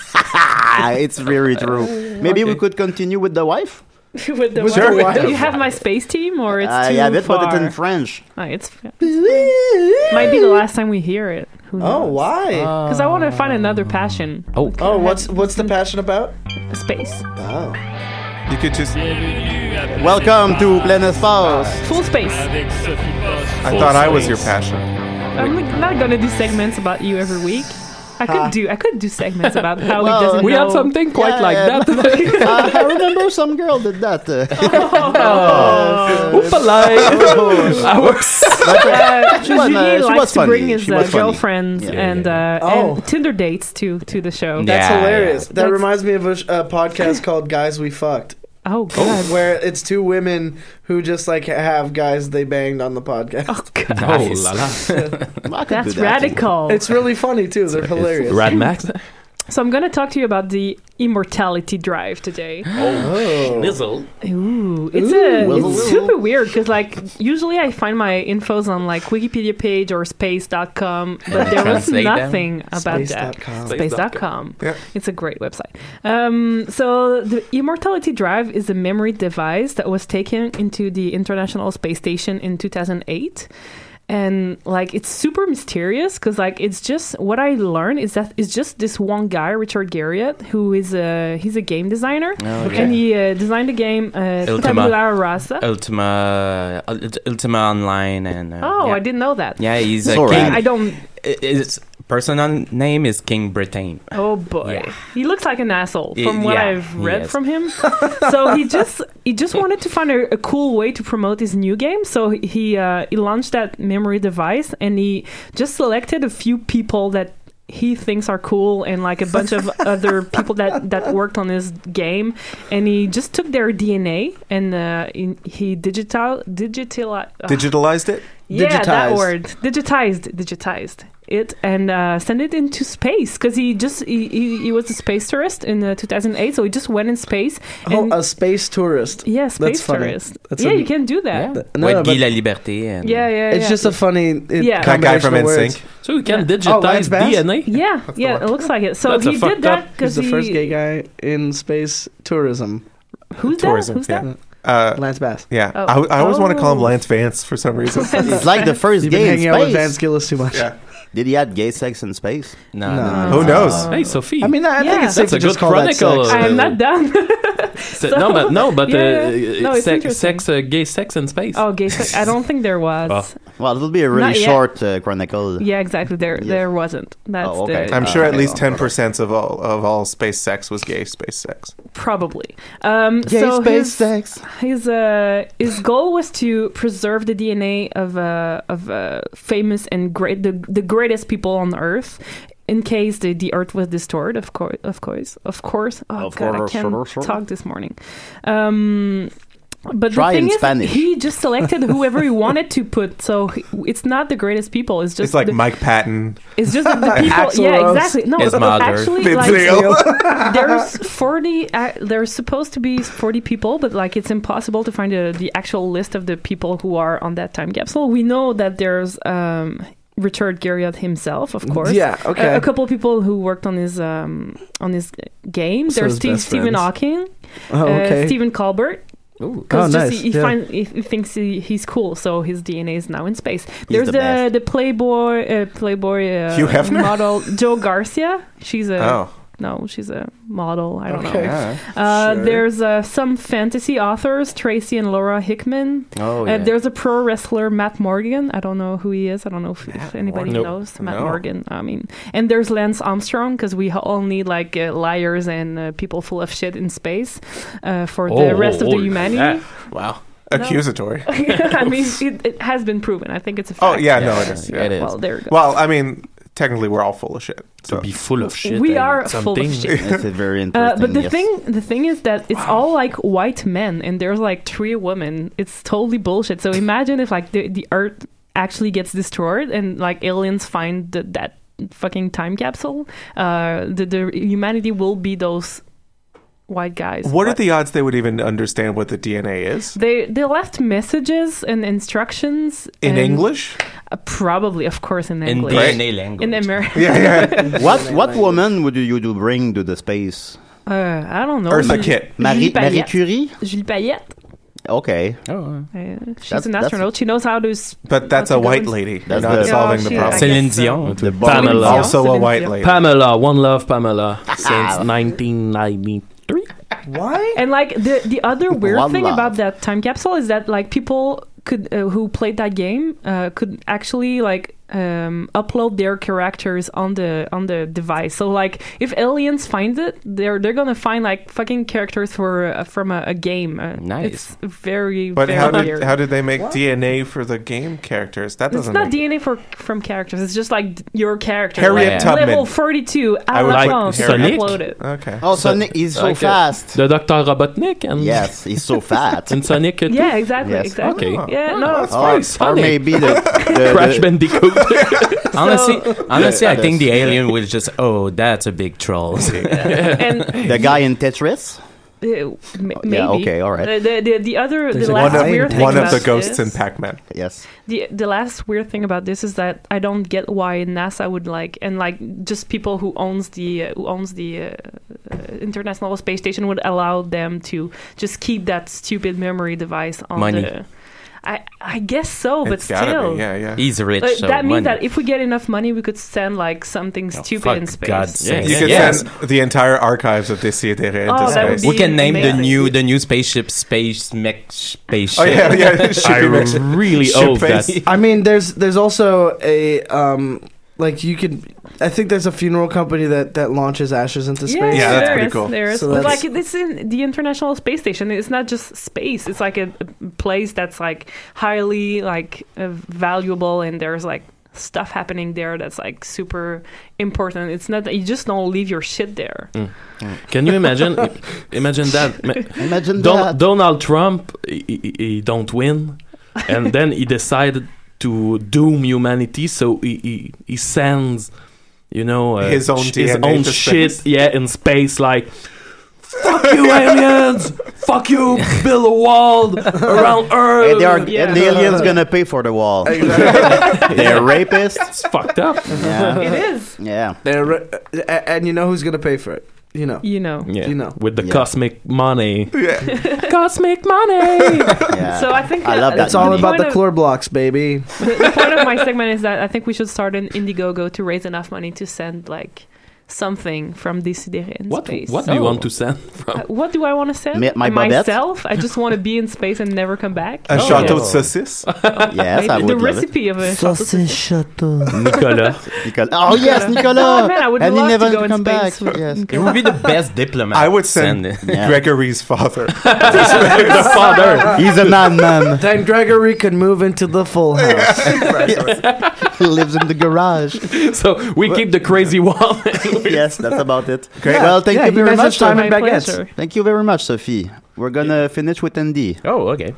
S5: it's very true. Maybe we could continue with the wife.
S7: With the
S5: With your
S7: one-
S5: wife.
S7: Do you have my space team, or it's
S5: Ah,
S7: too
S5: yeah, that's
S7: that's far?
S5: what it's in French.
S10: Ah,
S7: No, it's might be the last time we hear it. Who
S10: Oh, why?
S7: Because I want to find another passion.
S6: Oh,
S10: oh, what's what's the passion about?
S7: Space.
S10: Oh,
S8: you could just.
S5: Welcome to Plein
S10: Ah.
S5: Espace.
S7: Full space.
S8: I thought I was your passion.
S7: I'm like, not gonna do segments about you every week. I could do I could do segments about how
S5: Well,
S7: he doesn't.
S5: we
S7: know.
S5: had something quite like Yeah. that. Uh, I remember some girl did that. Uh, oh,
S6: I
S7: Uh,
S5: was.
S7: Julien likes to bring his uh,
S5: funny.
S7: girlfriends
S5: Yeah.
S7: and uh,
S10: Oh.
S7: and Tinder dates to to the show.
S10: That's hilarious. That reminds me of a, sh- a podcast called Guys We Fucked.
S7: Oh god.
S10: Where it's two women who just like have guys they banged on the podcast. Oh
S6: god. Oh, la, la.
S5: I
S7: could That's do that. radical.
S10: It's really funny too. They're hilarious.
S6: Rad Max.
S7: So I'm gonna talk to you about the immortality drive today.
S6: Oh.
S8: Oh.
S6: schnizzle.
S7: Ooh, it's
S6: Ooh.
S7: a
S6: Whizzle,
S7: it's super weird because like usually I find my infos on like Wikipedia page or space.com, but there was
S4: Translate them.
S7: nothing about that.
S4: Space.com.
S7: Space.com.
S4: Yeah.
S7: It's a great website. Um, so the immortality drive is a memory device that was taken into the International Space Station in 2008. And like it's super mysterious because like it's just what I learned is that it's just this one guy Richard Garriott who is a he's a game designer
S9: Oh, okay.
S7: and he uh, designed the game uh, Tabula Rasa.
S9: Ultima, Ult- Ultima Online, and uh,
S7: Oh,
S9: yeah.
S7: I didn't know that.
S9: Yeah, he's a
S7: So
S9: king.
S7: rad. I don't-
S9: I- His personal name is King Britain.
S7: Oh boy, he looks like an asshole
S9: Y-
S7: from what
S9: yeah,
S7: I've
S9: he
S7: read
S9: is.
S7: from him. so he just he just wanted to find a, a cool way to promote his new game. So he uh, he launched that memory device and he just selected a few people that he thinks are cool and like a bunch of other people that that worked on his game and he just took their dna and uh, in, he digital digital
S8: Digitalized it?
S7: yeah, that word. Digitized, digitized it, and uh, send it into space because he just he, he, he was a space tourist in uh, 2008, so he just went in space.
S10: Oh,
S7: And
S10: a space tourist.
S7: yeah, space
S10: That's funny.
S7: tourist.
S10: That's
S7: yeah,
S10: a-
S7: you can do that.
S10: Th-
S9: With
S10: but-
S9: Guy La Liberté. And
S7: Yeah, yeah,
S10: It's
S7: yeah.
S10: just a funny it,
S7: Yeah.
S6: That guy
S10: combination
S6: from
S10: of
S6: NSYNC.
S10: words.
S6: So we
S7: Yeah.
S6: can
S10: Oh, Lance
S6: digitize
S10: Bass?
S6: DNA.
S7: Yeah, yeah, it looks like it. So
S6: That's a
S7: he
S6: fucked
S7: did that
S6: up-
S7: because
S10: He's the
S7: he
S10: first gay guy in space tourism.
S7: who's that? Who's that?
S8: Uh,
S10: Lance Bass.
S8: Yeah,
S10: Oh.
S8: I, I always want to call him
S10: Oh.
S8: Lance Vance for some reason.
S5: It's like the first
S10: You've been
S5: gay in
S10: hanging out with
S5: space.
S10: Vance Gillis too much.
S8: Yeah.
S5: Did he have gay sex in space?
S9: No.
S10: No.
S8: Who knows?
S6: Hey, Sophie.
S10: I mean, I think it's safe
S6: That's
S10: to
S6: a
S10: just
S6: good
S10: call that
S6: chronicle.
S10: sex.
S6: I am
S7: not done.
S6: Se- no, but no, but
S7: Yeah,
S6: uh,
S7: yeah. No, it's
S6: sex,
S7: interesting.
S6: sex uh, gay sex in space.
S7: Oh, gay sex. I don't think there was.
S5: Well, it'll be a really
S7: Not yet.
S5: short uh, chronicle.
S7: Yeah, exactly. There, there wasn't. That's
S5: Oh, okay.
S7: the, uh,
S8: I'm sure at
S5: Okay.
S8: least ten percent of all of all space sex was gay space sex.
S7: probably. Um,
S10: Gay
S7: so
S10: space
S7: his,
S10: sex.
S7: His uh, his goal was to preserve the DNA of uh, of uh, famous and great the, the greatest people on Earth. In case the, the Earth was destroyed, of course, of course, of course. Oh
S5: Of
S7: God,
S5: course,
S7: I can't
S5: sure, sure.
S7: talk this morning. Um, but
S5: Try
S7: the thing
S5: in
S7: is,
S5: Spanish.
S7: he just selected whoever he wanted to put. So he- it's not the greatest people. It's just
S8: It's like
S7: the-
S8: Mike Patton.
S7: It's just that the people.
S10: Axl
S7: yeah,
S10: Rose.
S7: exactly. No,
S8: His
S7: but
S8: mother.
S7: actually,
S8: Vince
S7: like,
S8: Neil.
S7: there's forty. Uh, there's supposed to be forty people, but like it's impossible to find the the actual list of the people who are on that time capsule. We know that there's. Um, Richard Garriott himself, of course.
S10: Yeah, okay.
S7: A, a couple people who worked on his um, on his game.
S10: So
S7: There's
S10: his
S7: Steve,
S10: best
S7: Stephen
S10: friends.
S7: Hawking,
S10: Oh, okay.
S7: uh, Stephen Colbert,
S10: Oh,
S7: because
S10: nice.
S7: he, he,
S10: yeah.
S7: find, he he thinks he, he's cool, so his DNA is now in space. There's
S5: the
S7: the, the,
S5: best.
S7: Playboy uh, Playboy uh,
S8: Hugh Hefner?
S7: model Joe Garcia. She's a
S8: Oh.
S7: no, she's a model. I don't
S10: Okay.
S7: know.
S9: Yeah.
S7: Uh,
S10: Sure.
S7: There's uh, some fantasy authors, Tracy and Laura Hickman.
S9: Oh,
S7: Uh,
S9: yeah.
S7: there's a pro wrestler, Matt Morgan. I don't know who he is. I don't know if, if anybody
S8: Morgan. Nope.
S7: knows Matt
S8: No.
S7: Morgan. I mean, and there's Lance Armstrong because we all need like uh, liars and uh, people full of shit in space uh, for the
S6: Oh,
S7: rest of
S6: oh,
S7: the humanity.
S6: yeah. Wow.
S8: Accusatory.
S7: I mean, it, it has been proven. I think it's a
S8: Oh
S7: fact.
S8: yeah, no, it is.
S9: Yeah, it
S8: yeah.
S9: is.
S7: Well, there you go.
S8: Well, I mean, technically, we're all full of shit. So.
S6: To be full of shit.
S7: We
S6: and
S7: are full of
S6: something.
S7: shit.
S5: That's a very
S7: Uh,
S5: interesting.
S7: but the
S5: yes.
S7: thing, the thing is that it's all like white men, and there's like three women. It's totally bullshit. So imagine if like the, the Earth actually gets destroyed, and like aliens find the, that fucking time capsule. Uh, the, the humanity will be those white guys.
S8: What are
S7: But
S8: the odds they would even understand what the DNA is
S7: They they left messages and instructions
S8: in
S7: and-
S8: English?
S7: Uh, probably, of course, in
S9: In
S7: English.
S9: DNA language.
S7: In America,
S5: What what woman would you do bring to the space?
S7: Uh, I don't know.
S8: Eartha
S7: Jules-
S8: Kitt.
S5: Marie,
S7: Jules
S5: Marie
S7: Payette.
S5: Curie?
S7: Jules Payette.
S5: Okay.
S9: Oh,
S7: Uh, she's
S5: That's-
S7: an
S5: that's-
S7: astronaut. She knows how to. s-
S8: But that's
S7: how
S8: a
S7: to go
S8: white
S7: in-
S8: lady. You're
S5: That's the-
S8: not solving
S7: Yeah,
S8: the
S7: she-
S8: problem.
S7: I
S9: Céline
S7: guess so.
S9: Dion.
S5: The
S6: uh, Pamela.
S5: bomb.
S8: also a
S7: Celine
S8: white
S7: Dion.
S8: lady.
S6: Pamela, one love, Pamela, since 1993.
S10: Why?
S7: And like the the other weird
S5: One
S7: thing
S5: love.
S7: about that time capsule is that like people could uh, who played that game uh, could actually like um, upload their characters on the on the device. So like if aliens find it, they're they're gonna find like fucking characters for uh, from a, a game. Uh,
S9: Nice.
S7: It's very
S8: But
S7: very
S8: how
S7: weird.
S8: did how did they make DNA for the game characters? That
S7: It's
S8: doesn't.
S7: not
S8: make-
S7: DNA for from characters. It's just like d- your character.
S8: Harriet
S7: like,
S8: Tubman.
S7: Level 42. I,
S8: would like
S7: like
S6: Harriet.
S7: upload it.
S8: Okay.
S5: Oh, Sonic, he's so
S6: Like, uh,
S5: fast.
S6: The Dr. Robotnik and,
S5: Yes, he's so fat.
S6: and Sonic. uh,
S7: Yeah, exactly.
S5: Yes.
S7: exactly.
S6: Okay.
S7: Yeah,
S8: Oh,
S7: no.
S8: that's
S5: or,
S8: fine.
S5: or
S6: Sonic.
S5: maybe the, the,
S6: Crash
S5: the
S6: Bandicoot.
S9: honestly, honestly, I
S5: that
S9: think
S5: is-
S9: the alien will just. Oh, that's a big troll.
S7: and
S5: the guy in Tetris.
S7: uh, m- maybe.
S5: yeah, okay, all right.
S7: The, the, the, the other, the
S10: a
S7: last
S8: One
S7: weird
S8: of
S7: thing
S8: one of
S7: about
S8: the ghosts
S7: this,
S8: in Pac-Man.
S5: Yes.
S7: the the last weird thing about this is that I don't get why NASA would like and like just people who owns the uh, who owns the uh, uh, International Space Station would allow them to just keep that stupid memory device on
S9: Money.
S7: the. I I guess so, but
S8: It's gotta
S7: still.
S8: be. Yeah, yeah.
S9: He's rich.
S7: Like,
S9: so
S7: that means
S9: money.
S7: that if we get enough money, we could send like something
S9: fuck
S7: stupid in space.
S9: God's sake.
S8: You could
S9: Yes.
S8: send the entire archives of Desidere
S7: Oh,
S8: into
S7: that would
S8: space.
S9: we can name the
S7: Amazing.
S9: new the new spaceship space mech spaceship.
S8: Oh yeah, yeah. it should
S6: I
S8: be mentioned.
S6: really
S8: Ship
S6: hope that.
S8: face.
S10: I mean, there's there's also a um like you could. I think there's a funeral company that that launches ashes into space.
S8: Yeah, that's
S7: there
S8: pretty
S7: is,
S8: cool.
S7: There is.
S10: So
S7: But,
S10: that's-
S7: like it's in the International Space Station. It's not just space. It's like a, a place that's like highly like uh, valuable, and there's like stuff happening there that's like super important. It's not that you just don't leave your shit there.
S10: Mm.
S6: Mm. Can you imagine? imagine that. Ma-
S5: Imagine
S6: Don-
S5: that.
S6: Donald Trump, he, he- he don't win, and then he decided to doom humanity. So he he, he sends, you know, uh,
S8: His own
S6: sh- his
S8: DNA
S6: own
S8: to
S6: shit,
S8: space.
S6: yeah, in space, like. Fuck you, aliens! Fuck you, build a wall around Earth.
S5: And, they are,
S7: Oh, Yeah.
S5: and the alien's gonna pay for the wall. They're rapists.
S6: It's fucked up.
S5: Yeah.
S7: It is.
S5: Yeah.
S10: They're re- a- and you know who's gonna pay for it? you know.
S7: You know.
S6: Yeah.
S10: You know.
S6: With the cosmic money.
S7: Cosmic money. So I think that-
S10: It's all about the
S7: point of-
S10: chlor blocks, baby.
S7: the, the point of my segment is that I think we should start an Indiegogo to raise enough money to send like something from Desidere E in
S6: What,
S7: space.
S6: what do you want to send from?
S7: Uh, what do I want to send?
S6: My- my Babette?
S7: myself. I just want to be in space and never come back.
S8: A
S7: Oh.
S8: château de saucisse?
S7: Maybe the recipe of a château.
S5: Sausage château.
S6: Nicolas.
S5: Nicolas. Oh, yes,
S7: Oh,
S5: Nicolas.
S7: man, I would
S5: and
S7: love
S5: he never
S7: to go in
S5: come back.
S7: space with
S5: Yes.
S9: It would be the best diplomat.
S8: I would send
S9: Yeah.
S8: Gregory's father.
S10: the
S9: father.
S5: He's a madman.
S10: Then Gregory could move into the full house.
S5: Lives in the garage.
S6: So we keep the crazy wall.
S5: yes, that's about it.
S6: Great.
S5: Well, thank
S6: Yeah,
S5: you
S6: you
S5: very
S6: guys have
S5: much,
S6: time
S5: Sophie.
S6: and My baguettes. pleasure.
S5: Thank you very much, Sophie. We're gonna finish with Andy.
S9: Oh, okay.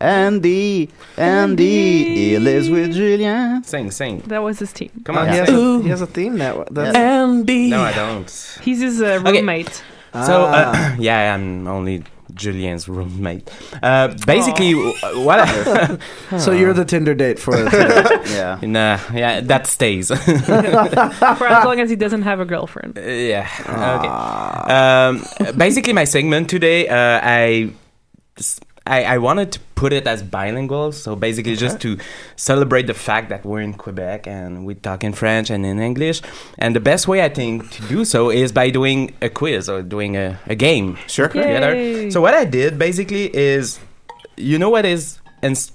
S5: Andy, Andy, he lives with Julien.
S9: Sing, sing.
S7: That was his team.
S9: Come on,
S10: He has,
S9: sing.
S10: a, he has a theme that that's
S7: Andy.
S9: No, I don't.
S7: He's his uh, roommate.
S9: So
S6: Ah.
S9: uh, yeah, I'm only Julien's roommate. Uh, basically, w- what?
S10: So you're the Tinder date for it.
S5: yeah.
S9: Nah, yeah, that stays.
S7: for as long as he doesn't have a girlfriend.
S9: yeah. Okay. Um, basically, my segment today, uh, I, I, I wanted to put it as bilingual. So basically, just to celebrate the fact that we're in Quebec and we talk in French and in English. And the best way I think to do so is by doing a quiz or doing a, a game. Sure.
S7: Yay.
S9: Together. So what I did basically is, you know what is. Ins-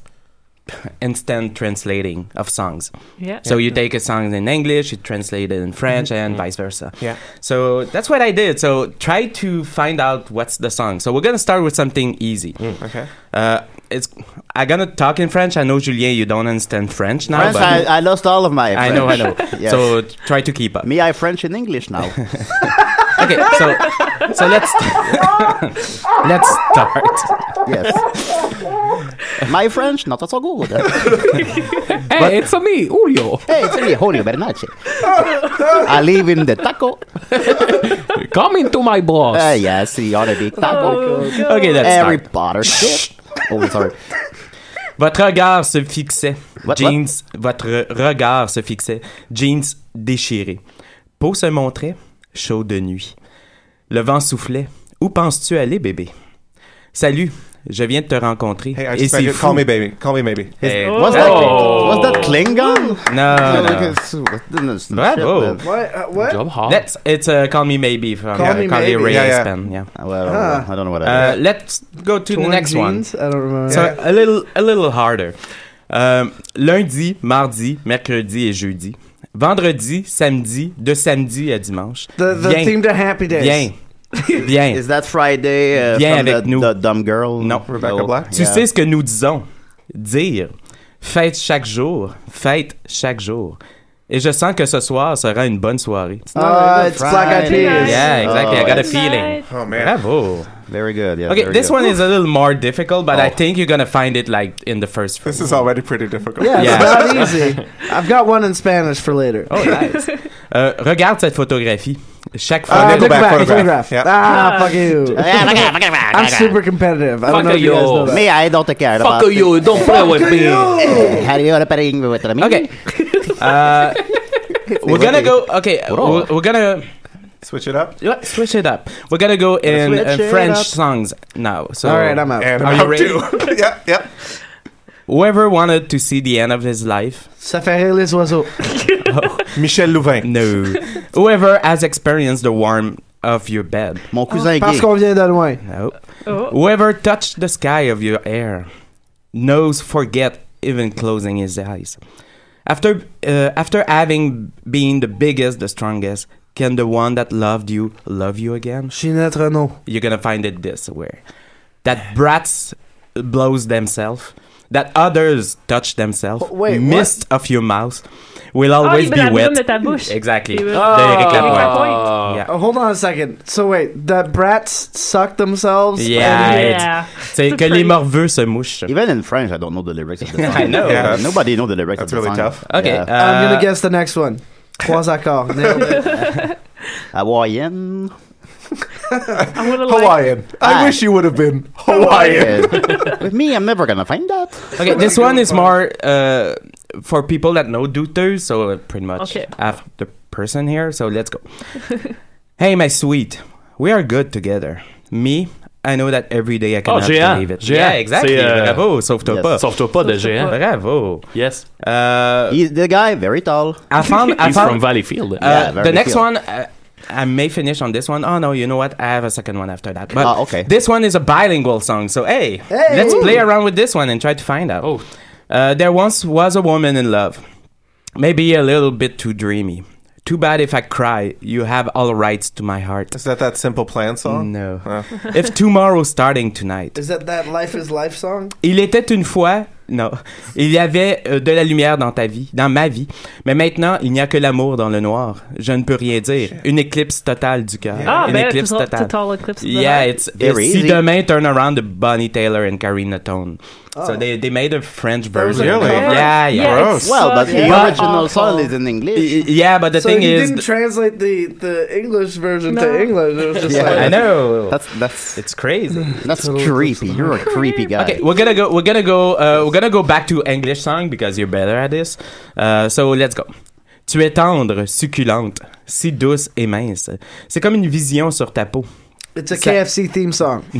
S9: instant translating of songs
S7: Yeah.
S9: so you take a song in english you translate it in french and vice versa
S8: Mm-hmm. Yeah.
S9: so that's what I did. So try to find out what's the song. So we're gonna start with something easy.
S8: Mm, Okay.
S9: Uh, it's I'm gonna talk in French. I know Julien, you don't understand French now.
S5: French,
S9: but
S5: I, I lost all of my.
S9: I know, I know.
S5: French. Yes.
S9: So try to keep up.
S5: me, I French and English now.
S9: Okay, so so let's let's start.
S5: yes. My French not so good.
S6: hey, it's a me, Julio.
S5: Hey, it's me, Julio Bernacci. I live in Ah, the taco.
S6: Come into my boss. Oh.
S5: Uh, yes, the ought to be taco.
S9: Okay, let's
S5: Harry
S9: start.
S5: Potter shit. Oh, sorry.
S9: Votre regard se fixait.
S5: What,
S9: jeans. Votre regard se fixait. Jeans déchirés. Peau se montrait. Chaud de nuit. Le vent soufflait. Où penses-tu aller, bébé? Salut, je viens de te rencontrer.
S8: Hey, I
S9: Et
S8: just
S9: c'est
S8: found it.
S9: fou.
S8: Call me baby. Call me maybe.
S9: Hey,
S5: Was that, was that Klingon?
S9: No, no. Bravo.
S10: What? Uh, what?
S6: Job hard.
S9: Let's, it's uh, Call Me Maybe from
S10: Call
S9: uh,
S10: Me
S9: Call Me
S10: Maybe.
S9: Ray
S8: Yeah, yeah.
S9: Espen, yeah.
S5: Uh, well,
S10: Ah.
S5: I don't know what I
S9: Uh, let's go to the
S10: Torn
S9: next one.
S10: jeans? I don't remember.
S9: So a little, a little harder. Euh, lundi, mardi, mercredi et jeudi. Vendredi, samedi, de samedi à dimanche.
S10: The, the
S9: Viens,
S10: theme to Happy Days.
S9: viens, viens.
S5: Is that Friday uh,
S9: Viens
S5: from the,
S9: avec nous.
S5: the Dumb Girl?
S9: Non.
S8: Rebecca
S5: No.
S8: Black?
S9: Tu
S5: Yeah.
S9: sais ce que nous disons. Dire. Fête chaque jour. Fête chaque jour. Et je sens que ce soir sera une bonne soirée.
S5: Ah,
S10: Uh, it's Black Eyed Peas. Uh,
S9: Yeah, exactly. I
S5: Oh,
S9: got a
S5: yes.
S9: feeling.
S8: Oh man.
S9: Bravo.
S5: Very good. Yeah,
S9: Okay,
S5: very
S9: this
S5: good.
S9: one is a little more difficult, but I
S5: Oh.
S9: think you're gonna find it like in the first phrase.
S8: This is already pretty difficult.
S10: Yeah,
S9: Yeah.
S10: it's not easy. I've got one in Spanish for later.
S9: Oh, nice. Euh, regarde cette photographie. Chaque fois.
S10: Uh,
S8: Nickelback
S10: Nickelback,
S8: photograph.
S10: Nickelback.
S8: Yeah.
S10: Ah, fuck you.
S5: Yeah, look at- look at- look at-
S10: I'm
S5: look at-
S10: super competitive. I don't
S6: Fuck
S10: know if you guys know
S6: you.
S10: that.
S5: Me, I don't care about
S6: Fuck you, don't play with me.
S5: How you are playing with me?
S9: Okay. Uh, we're gonna go. Okay, we're, we're gonna
S8: Switch it up.
S9: yeah, switch it up. We're gonna go in uh,
S5: Switch it
S9: French
S5: up.
S9: songs now. So,
S10: All right, I'm out.
S8: And
S9: Are
S8: I'm
S9: you
S8: out
S9: ready?
S8: too. yeah, yeah.
S9: Whoever wanted to see the end of his life, Oh.
S10: Ça fait rire les oiseaux.
S8: Michel Louvain.
S9: no. Whoever has experienced the warmth of your bed,
S5: Mon cousin
S10: Parce
S5: gay.
S10: qu'on vient de loin.
S9: no.
S7: Oh.
S9: Whoever touched the sky of your hair, knows forget even closing his eyes. After uh, after having been the biggest, the strongest, can the one that loved you love you again?
S10: Chinette Renault.
S9: you're gonna find it this way that brats blows themselves that others touch themselves
S10: Oh, wait, what?
S9: mist of your mouth will
S7: Oh,
S9: always
S7: il met la
S9: be wet
S7: boule de ta bouche.
S9: exactly
S7: Il veut-
S9: De Eric
S7: Eric
S9: Lapointe.
S7: Lapointe.
S9: yeah
S10: Oh, hold on a second. So wait, the brats suck themselves. Oh,
S9: Yeah,
S10: and-
S7: Yeah.
S9: c'est
S7: It's
S9: que les
S7: pretty-
S9: morveux se mouchent
S5: Even in French, I don't know the lyrics of the song.
S9: I know.
S8: Yeah.
S5: Nobody know the lyrics
S8: That's
S5: of the
S8: really
S5: song.
S8: tough.
S9: okay
S5: Yeah.
S10: I'm
S9: uh,
S10: gonna guess the next one. Trois accords. Nailed it.
S5: Hawaiian.
S7: I would have liked
S8: Hawaiian. I
S5: Ah.
S8: wish you would have been Hawaiian.
S5: Yeah. With me, I'm never gonna find that.
S9: okay this one is more uh, for people that know Duters so uh, pretty much
S7: Okay.
S9: half the person here so let's go Hey, my sweet, we are good together. Me, I know that every day I cannot
S6: géant,
S9: believe it.
S6: géant.
S9: Yeah, exactly.
S6: C'est, euh,
S9: Bravo, sauve-toi
S6: yes.
S9: pas.
S6: Sauve-toi pas de Sauve-toi géant. pas.
S9: Bravo.
S6: Yes.
S9: Uh,
S5: He's the guy, very tall.
S9: I found. I
S6: He's
S9: found,
S6: from Valleyfield.
S9: Uh,
S6: Yeah,
S9: the
S6: Valleyfield.
S9: next one, uh, I may finish on this one. Oh no, you know what? I have a second one after that. But
S5: Ah, okay.
S9: This one is a bilingual song, so hey, let's
S5: Ooh.
S9: play around with this one and try to find out. Oh. Uh, there once was a woman in love, maybe a little bit too dreamy. Too bad if I cry. You have all rights to my heart. Is
S8: that that Simple Plan song?
S9: No. if tomorrow starting tonight.
S10: Is that that Life is Life song?
S9: Il était une fois, non, il y avait euh, de la lumière dans ta vie, dans ma vie, mais maintenant il n'y a que l'amour dans le noir. Je ne peux rien dire. Une éclipse totale du cœur.
S7: Ah,
S9: Une
S7: ben,
S9: éclipse
S7: total-
S9: totale.
S7: total eclipse of the
S9: yeah,
S7: heart.
S9: it's,
S7: Very
S9: it's si
S7: easy.
S9: demain turn around the Bonnie Taylor and Karina Tone.
S10: Oh.
S9: So they they made a French
S5: was
S9: version.
S5: a cover?
S9: Yeah, yeah.
S5: Yeah, it's Well, but the fucking original song awful. is in English.
S9: Y- Yeah, but the
S10: so
S9: thing
S10: he
S9: is,
S10: didn't translate the, the English version
S5: No.
S10: to English. It was just
S5: Yeah.
S10: like
S9: I know.
S5: That's that's
S9: it's crazy.
S5: That's creepy. You're a creepy guy.
S9: Okay, we're gonna go. We're gonna go. Uh, we're gonna go back to English song because you're better at this. Uh, so let's go. Tu es tendre, succulente, si douce et mince. C'est comme une vision sur ta peau.
S10: It's a KFC theme song.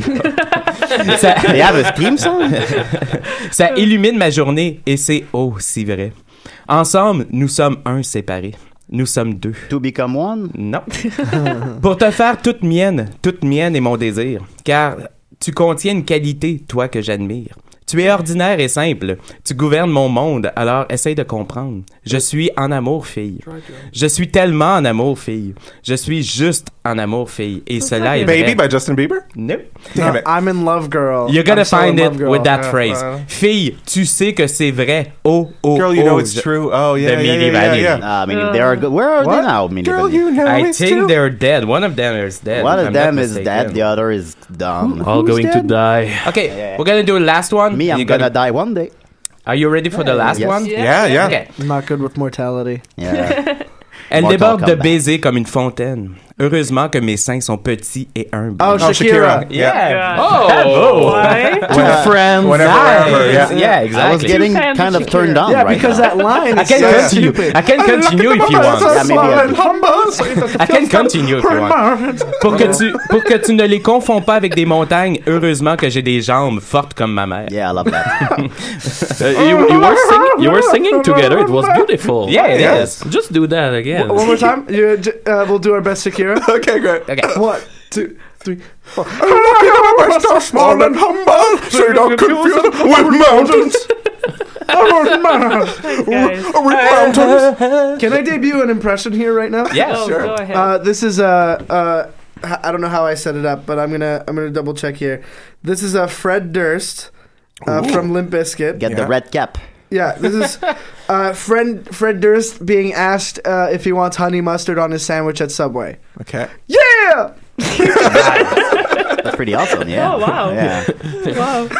S9: Ça-
S10: They have a theme song?
S9: Ça illumine ma journée et c'est oh si vrai. Ensemble, nous sommes un séparé. Nous sommes deux.
S5: To become one?
S9: Non. Pour te faire toute mienne, toute mienne est mon désir, car tu contiens une qualité, toi, que j'admire. Tu es ordinaire et simple. Tu gouvernes mon monde, alors essaye de comprendre. Je suis en amour, fille. Je suis tellement en amour, fille. Je suis juste en amour, fille. Et cela est
S8: Baby
S9: vrai.
S8: by Justin Bieber?
S9: No.
S10: No, I'm in love, girl.
S9: You're gonna
S10: I'm so
S9: find
S10: in
S9: it
S10: love, girl.
S9: with that
S10: Uh,
S9: phrase.
S10: uh,
S9: Fille, tu sais que c'est vrai. Oh, oh,
S8: Uh-huh. Girl, you
S9: oh,
S8: know it's
S9: je-
S8: true. Oh, yeah,
S9: The
S8: yeah,
S9: Milli
S8: yeah, yeah,
S9: Vanilli.
S8: yeah.
S5: Ah,
S9: Uh,
S5: Milli- they are good. Where are they now, Milli Girl, Vanilli? you know
S9: I
S5: it's
S9: think
S5: true.
S9: they're dead. One of them is dead.
S5: One
S9: if
S5: of
S9: I'm not
S5: them is
S9: mistaken.
S5: dead, the other is dumb.
S9: All Who's going to dead?
S6: die.
S9: Okay, we're gonna do a last one.
S5: Me, I'm
S9: You
S5: gonna,
S9: gotta-
S5: die one day.
S9: Are you ready for the last one? Okay.
S10: I'm not good with mortality.
S5: Yeah.
S9: Elle
S5: Mortal
S9: déborde de
S5: Kombat.
S9: baisers comme une fontaine. Heureusement que mes seins sont petits et humbles.
S10: Oh, Oh, Shakira. Shakira.
S9: Yeah.
S10: Yeah.
S9: Oh.
S10: Bravo.
S9: Why? Two
S10: Yeah.
S9: friends.
S10: Whenever,
S9: Nice.
S10: wherever, yeah.
S9: Yeah,
S10: I was
S9: exactly.
S10: getting Two fans kind of of Shakira. turned on
S9: Yeah,
S10: right
S9: because
S10: now.
S9: that line.
S10: I
S9: is
S10: can
S9: so
S10: continue.
S9: stupid. I can
S10: I look
S9: continue
S10: at
S9: if you
S10: the
S9: want.
S10: mother, Yeah, maybe I small do. and
S9: I can continue if you want. Pour que tu pour que tu ne les confonds pas avec des montagnes. Heureusement que j'ai des jambes fortes comme ma mère.
S5: Yeah, I love that.
S6: Uh, you, you were singing. You were singing together. It was beautiful.
S9: Yeah, it
S6: Yes.
S9: is.
S6: Just do that again.
S10: One more time. You, j- uh, we'll do our best, Shakira.
S8: okay, great.
S9: Okay.
S10: One, two, three, four.
S8: small and humble, so you don't confuse them with mountains.
S9: Uh,
S10: Can I debut an impression here right now?
S9: Yeah, Oh, sure. go ahead.
S10: Uh, this is Uh, uh, h- I don't know how I set it up, but I'm gonna I'm gonna double check here. This is uh, Fred Durst uh,
S5: Ooh.
S10: from Limp Bizkit.
S5: Get the red cap.
S10: Yeah, this is uh, Fred Fred Durst being asked uh, if he wants honey mustard on his sandwich at Subway.
S8: Okay.
S10: Yeah.
S5: That's pretty awesome, yeah.
S10: Oh, wow.
S5: Yeah.
S10: Wow.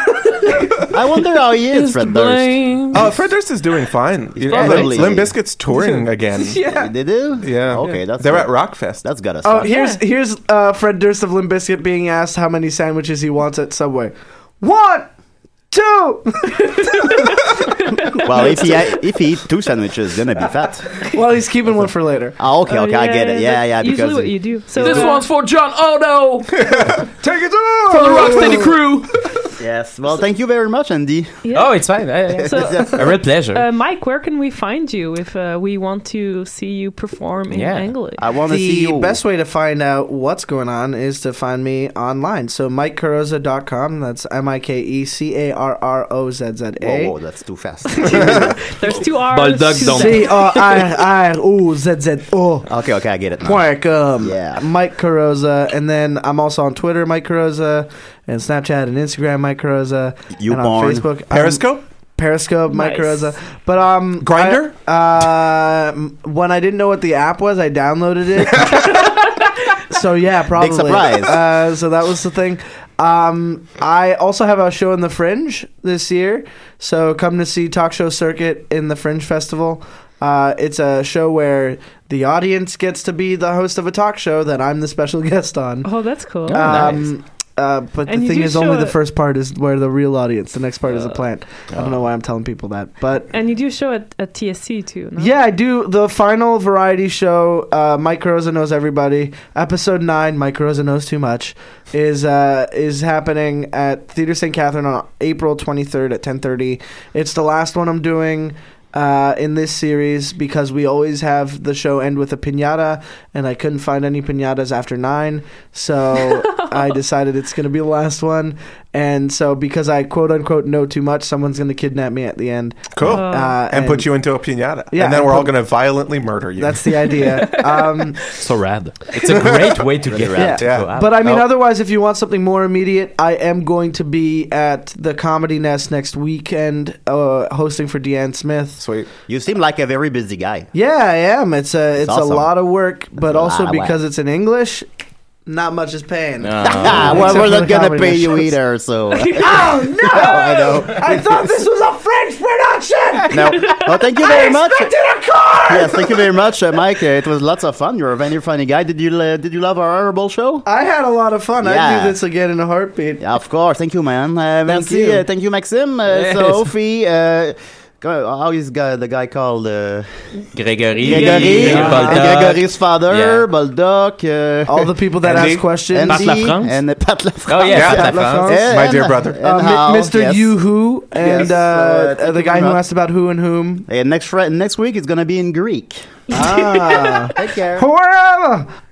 S5: I wonder how he is, Fred Durst.
S8: Oh, Fred Durst is doing fine. You know,
S5: probably-
S8: Limp Bizkit's touring again.
S10: Yeah.
S5: They do?
S8: Yeah.
S5: Okay, that's
S8: They're
S5: good.
S8: at Rockfest.
S5: That's gotta
S10: Oh,
S5: stop.
S10: here's here's uh, Fred Durst of Limp Bizkit being asked how many sandwiches he wants at Subway. One, two.
S5: well, if he if he eats two sandwiches, he's gonna be fat.
S10: well, he's keeping one for later.
S5: Oh, okay, okay, I get it. Yeah, yeah, because
S10: do. uh,
S6: this one's for John Odo for
S10: Take it down
S6: the Rocksteady crew.
S5: Yes. Well, thank you very much, Andy.
S9: Oh, it's fine. I- I-
S7: So-
S9: a real pleasure.
S7: Uh, Mike, where can we find you if uh, we want to see you perform in English?
S10: The best way to find out what's going on is to find me online. So mikecaroza.com. That's M I K E C A R R O Z Z
S5: Whoa,
S10: A.
S5: whoa, that's too fast.
S7: There's two R's.
S6: Bulldog don't-
S10: C R R R O Z Z Oh. O.
S5: Okay, okay, I get it. now.
S10: Point com.
S5: Yeah.
S10: um, Mike Caroza. And then I'm also on Twitter, Mike Caroza, and Snapchat and Instagram, Mike Caroza.
S5: You
S10: and on
S5: born.
S10: Facebook. I'm-
S8: Periscope?
S10: Periscope, Mike
S8: Nice.
S10: Caroza. But um
S8: Grindr?
S10: I- uh, m- when I didn't know what the app was, I downloaded it. so yeah, probably.
S5: surprise.
S10: Uh, so that was the thing. Um, I also have a show in the Fringe this year, so come to see Talk Show Circuit in the Fringe Festival. Uh, it's a show where the audience gets to be the host of a talk show that I'm the special guest on.
S7: Oh, that's cool.
S10: Um, Uh, but
S7: And
S10: the
S7: you
S10: thing
S7: do
S10: is, only
S7: show
S10: the
S7: it-
S10: first part is where the real audience. The next part is a plant. I don't know why I'm telling people that, but
S7: And you do show at, at TSC too, no?
S10: yeah, I do the final variety show. Uh, Mike Carosa knows everybody. Episode nine, Mike Carosa knows too much, is uh, is happening at Theater St. Catherine on April 23rd at 10:30. It's the last one I'm doing. Uh, in this series, because we always have the show end with a pinata, and I couldn't find any pinatas after nine, so I decided it's going to be the last one. And so, because I quote unquote know too much, someone's going to kidnap me at the end.
S8: Cool.
S10: Uh,
S8: and, put you into a pinata.
S10: Yeah,
S8: and then
S10: and
S8: we're all
S10: put-
S8: going to violently murder you.
S10: That's the idea. Um,
S6: so rad.
S9: It's a great way to get
S10: yeah.
S9: around.
S10: But I mean, otherwise, if you want something more immediate, I am going to be at the Comedy Nest next weekend, uh, hosting for Deanne Smith.
S8: Sweet.
S5: You seem like a very busy guy.
S10: Yeah, I am. It's a it's, a
S5: awesome.
S10: lot of work, but
S5: a
S10: also
S5: lot of
S10: because
S5: work.
S10: it's in English, not much is paying.
S5: well,
S10: Except
S5: we're
S10: for
S5: not
S10: the
S5: gonna
S10: comedy
S5: pay you
S10: shows.
S5: either. So
S10: oh no!
S5: I know.
S10: I thought this was a French production.
S5: No. Well, thank you
S10: I
S5: very much.
S10: expected a car.
S5: yes, thank you very much, uh, Mike. Uh, it was lots of fun. You're a very funny guy. Did you uh, did you love our horrible show?
S10: I had a lot of fun. I'd
S5: Yeah.
S10: do this again in a heartbeat.
S5: Yeah, of course. Thank you, man. Uh, merci.
S10: you.
S5: Uh, thank you, Maxime. Uh,
S10: Yes.
S5: So, Ophi, uh, go- how is guy, the guy called? Uh,
S9: Gregory.
S5: Gregory.
S9: Gregory Baldock.
S5: Uh, Gregory's father,
S9: Yeah.
S5: Baldock. Uh,
S10: All the people that
S5: Andy.
S10: ask questions.
S5: Andy,
S10: Pat Lafrance.
S5: And uh, Pat Lafrance.
S9: Oh, yeah,
S5: Yeah,
S9: Pat
S5: Pat
S9: Lafrance.
S5: Lafrance.
S8: My dear
S5: And-
S8: brother.
S5: and
S10: Uh, Mi-
S5: Hal,
S10: Mr.
S5: yes.
S10: You Who and
S5: Yes,
S10: uh,
S5: uh,
S10: uh, the guy who asked about who and whom.
S5: And next, fri- next week, it's going to be in Greek.
S10: Ah.
S5: Take care.
S10: Whoever. Ah!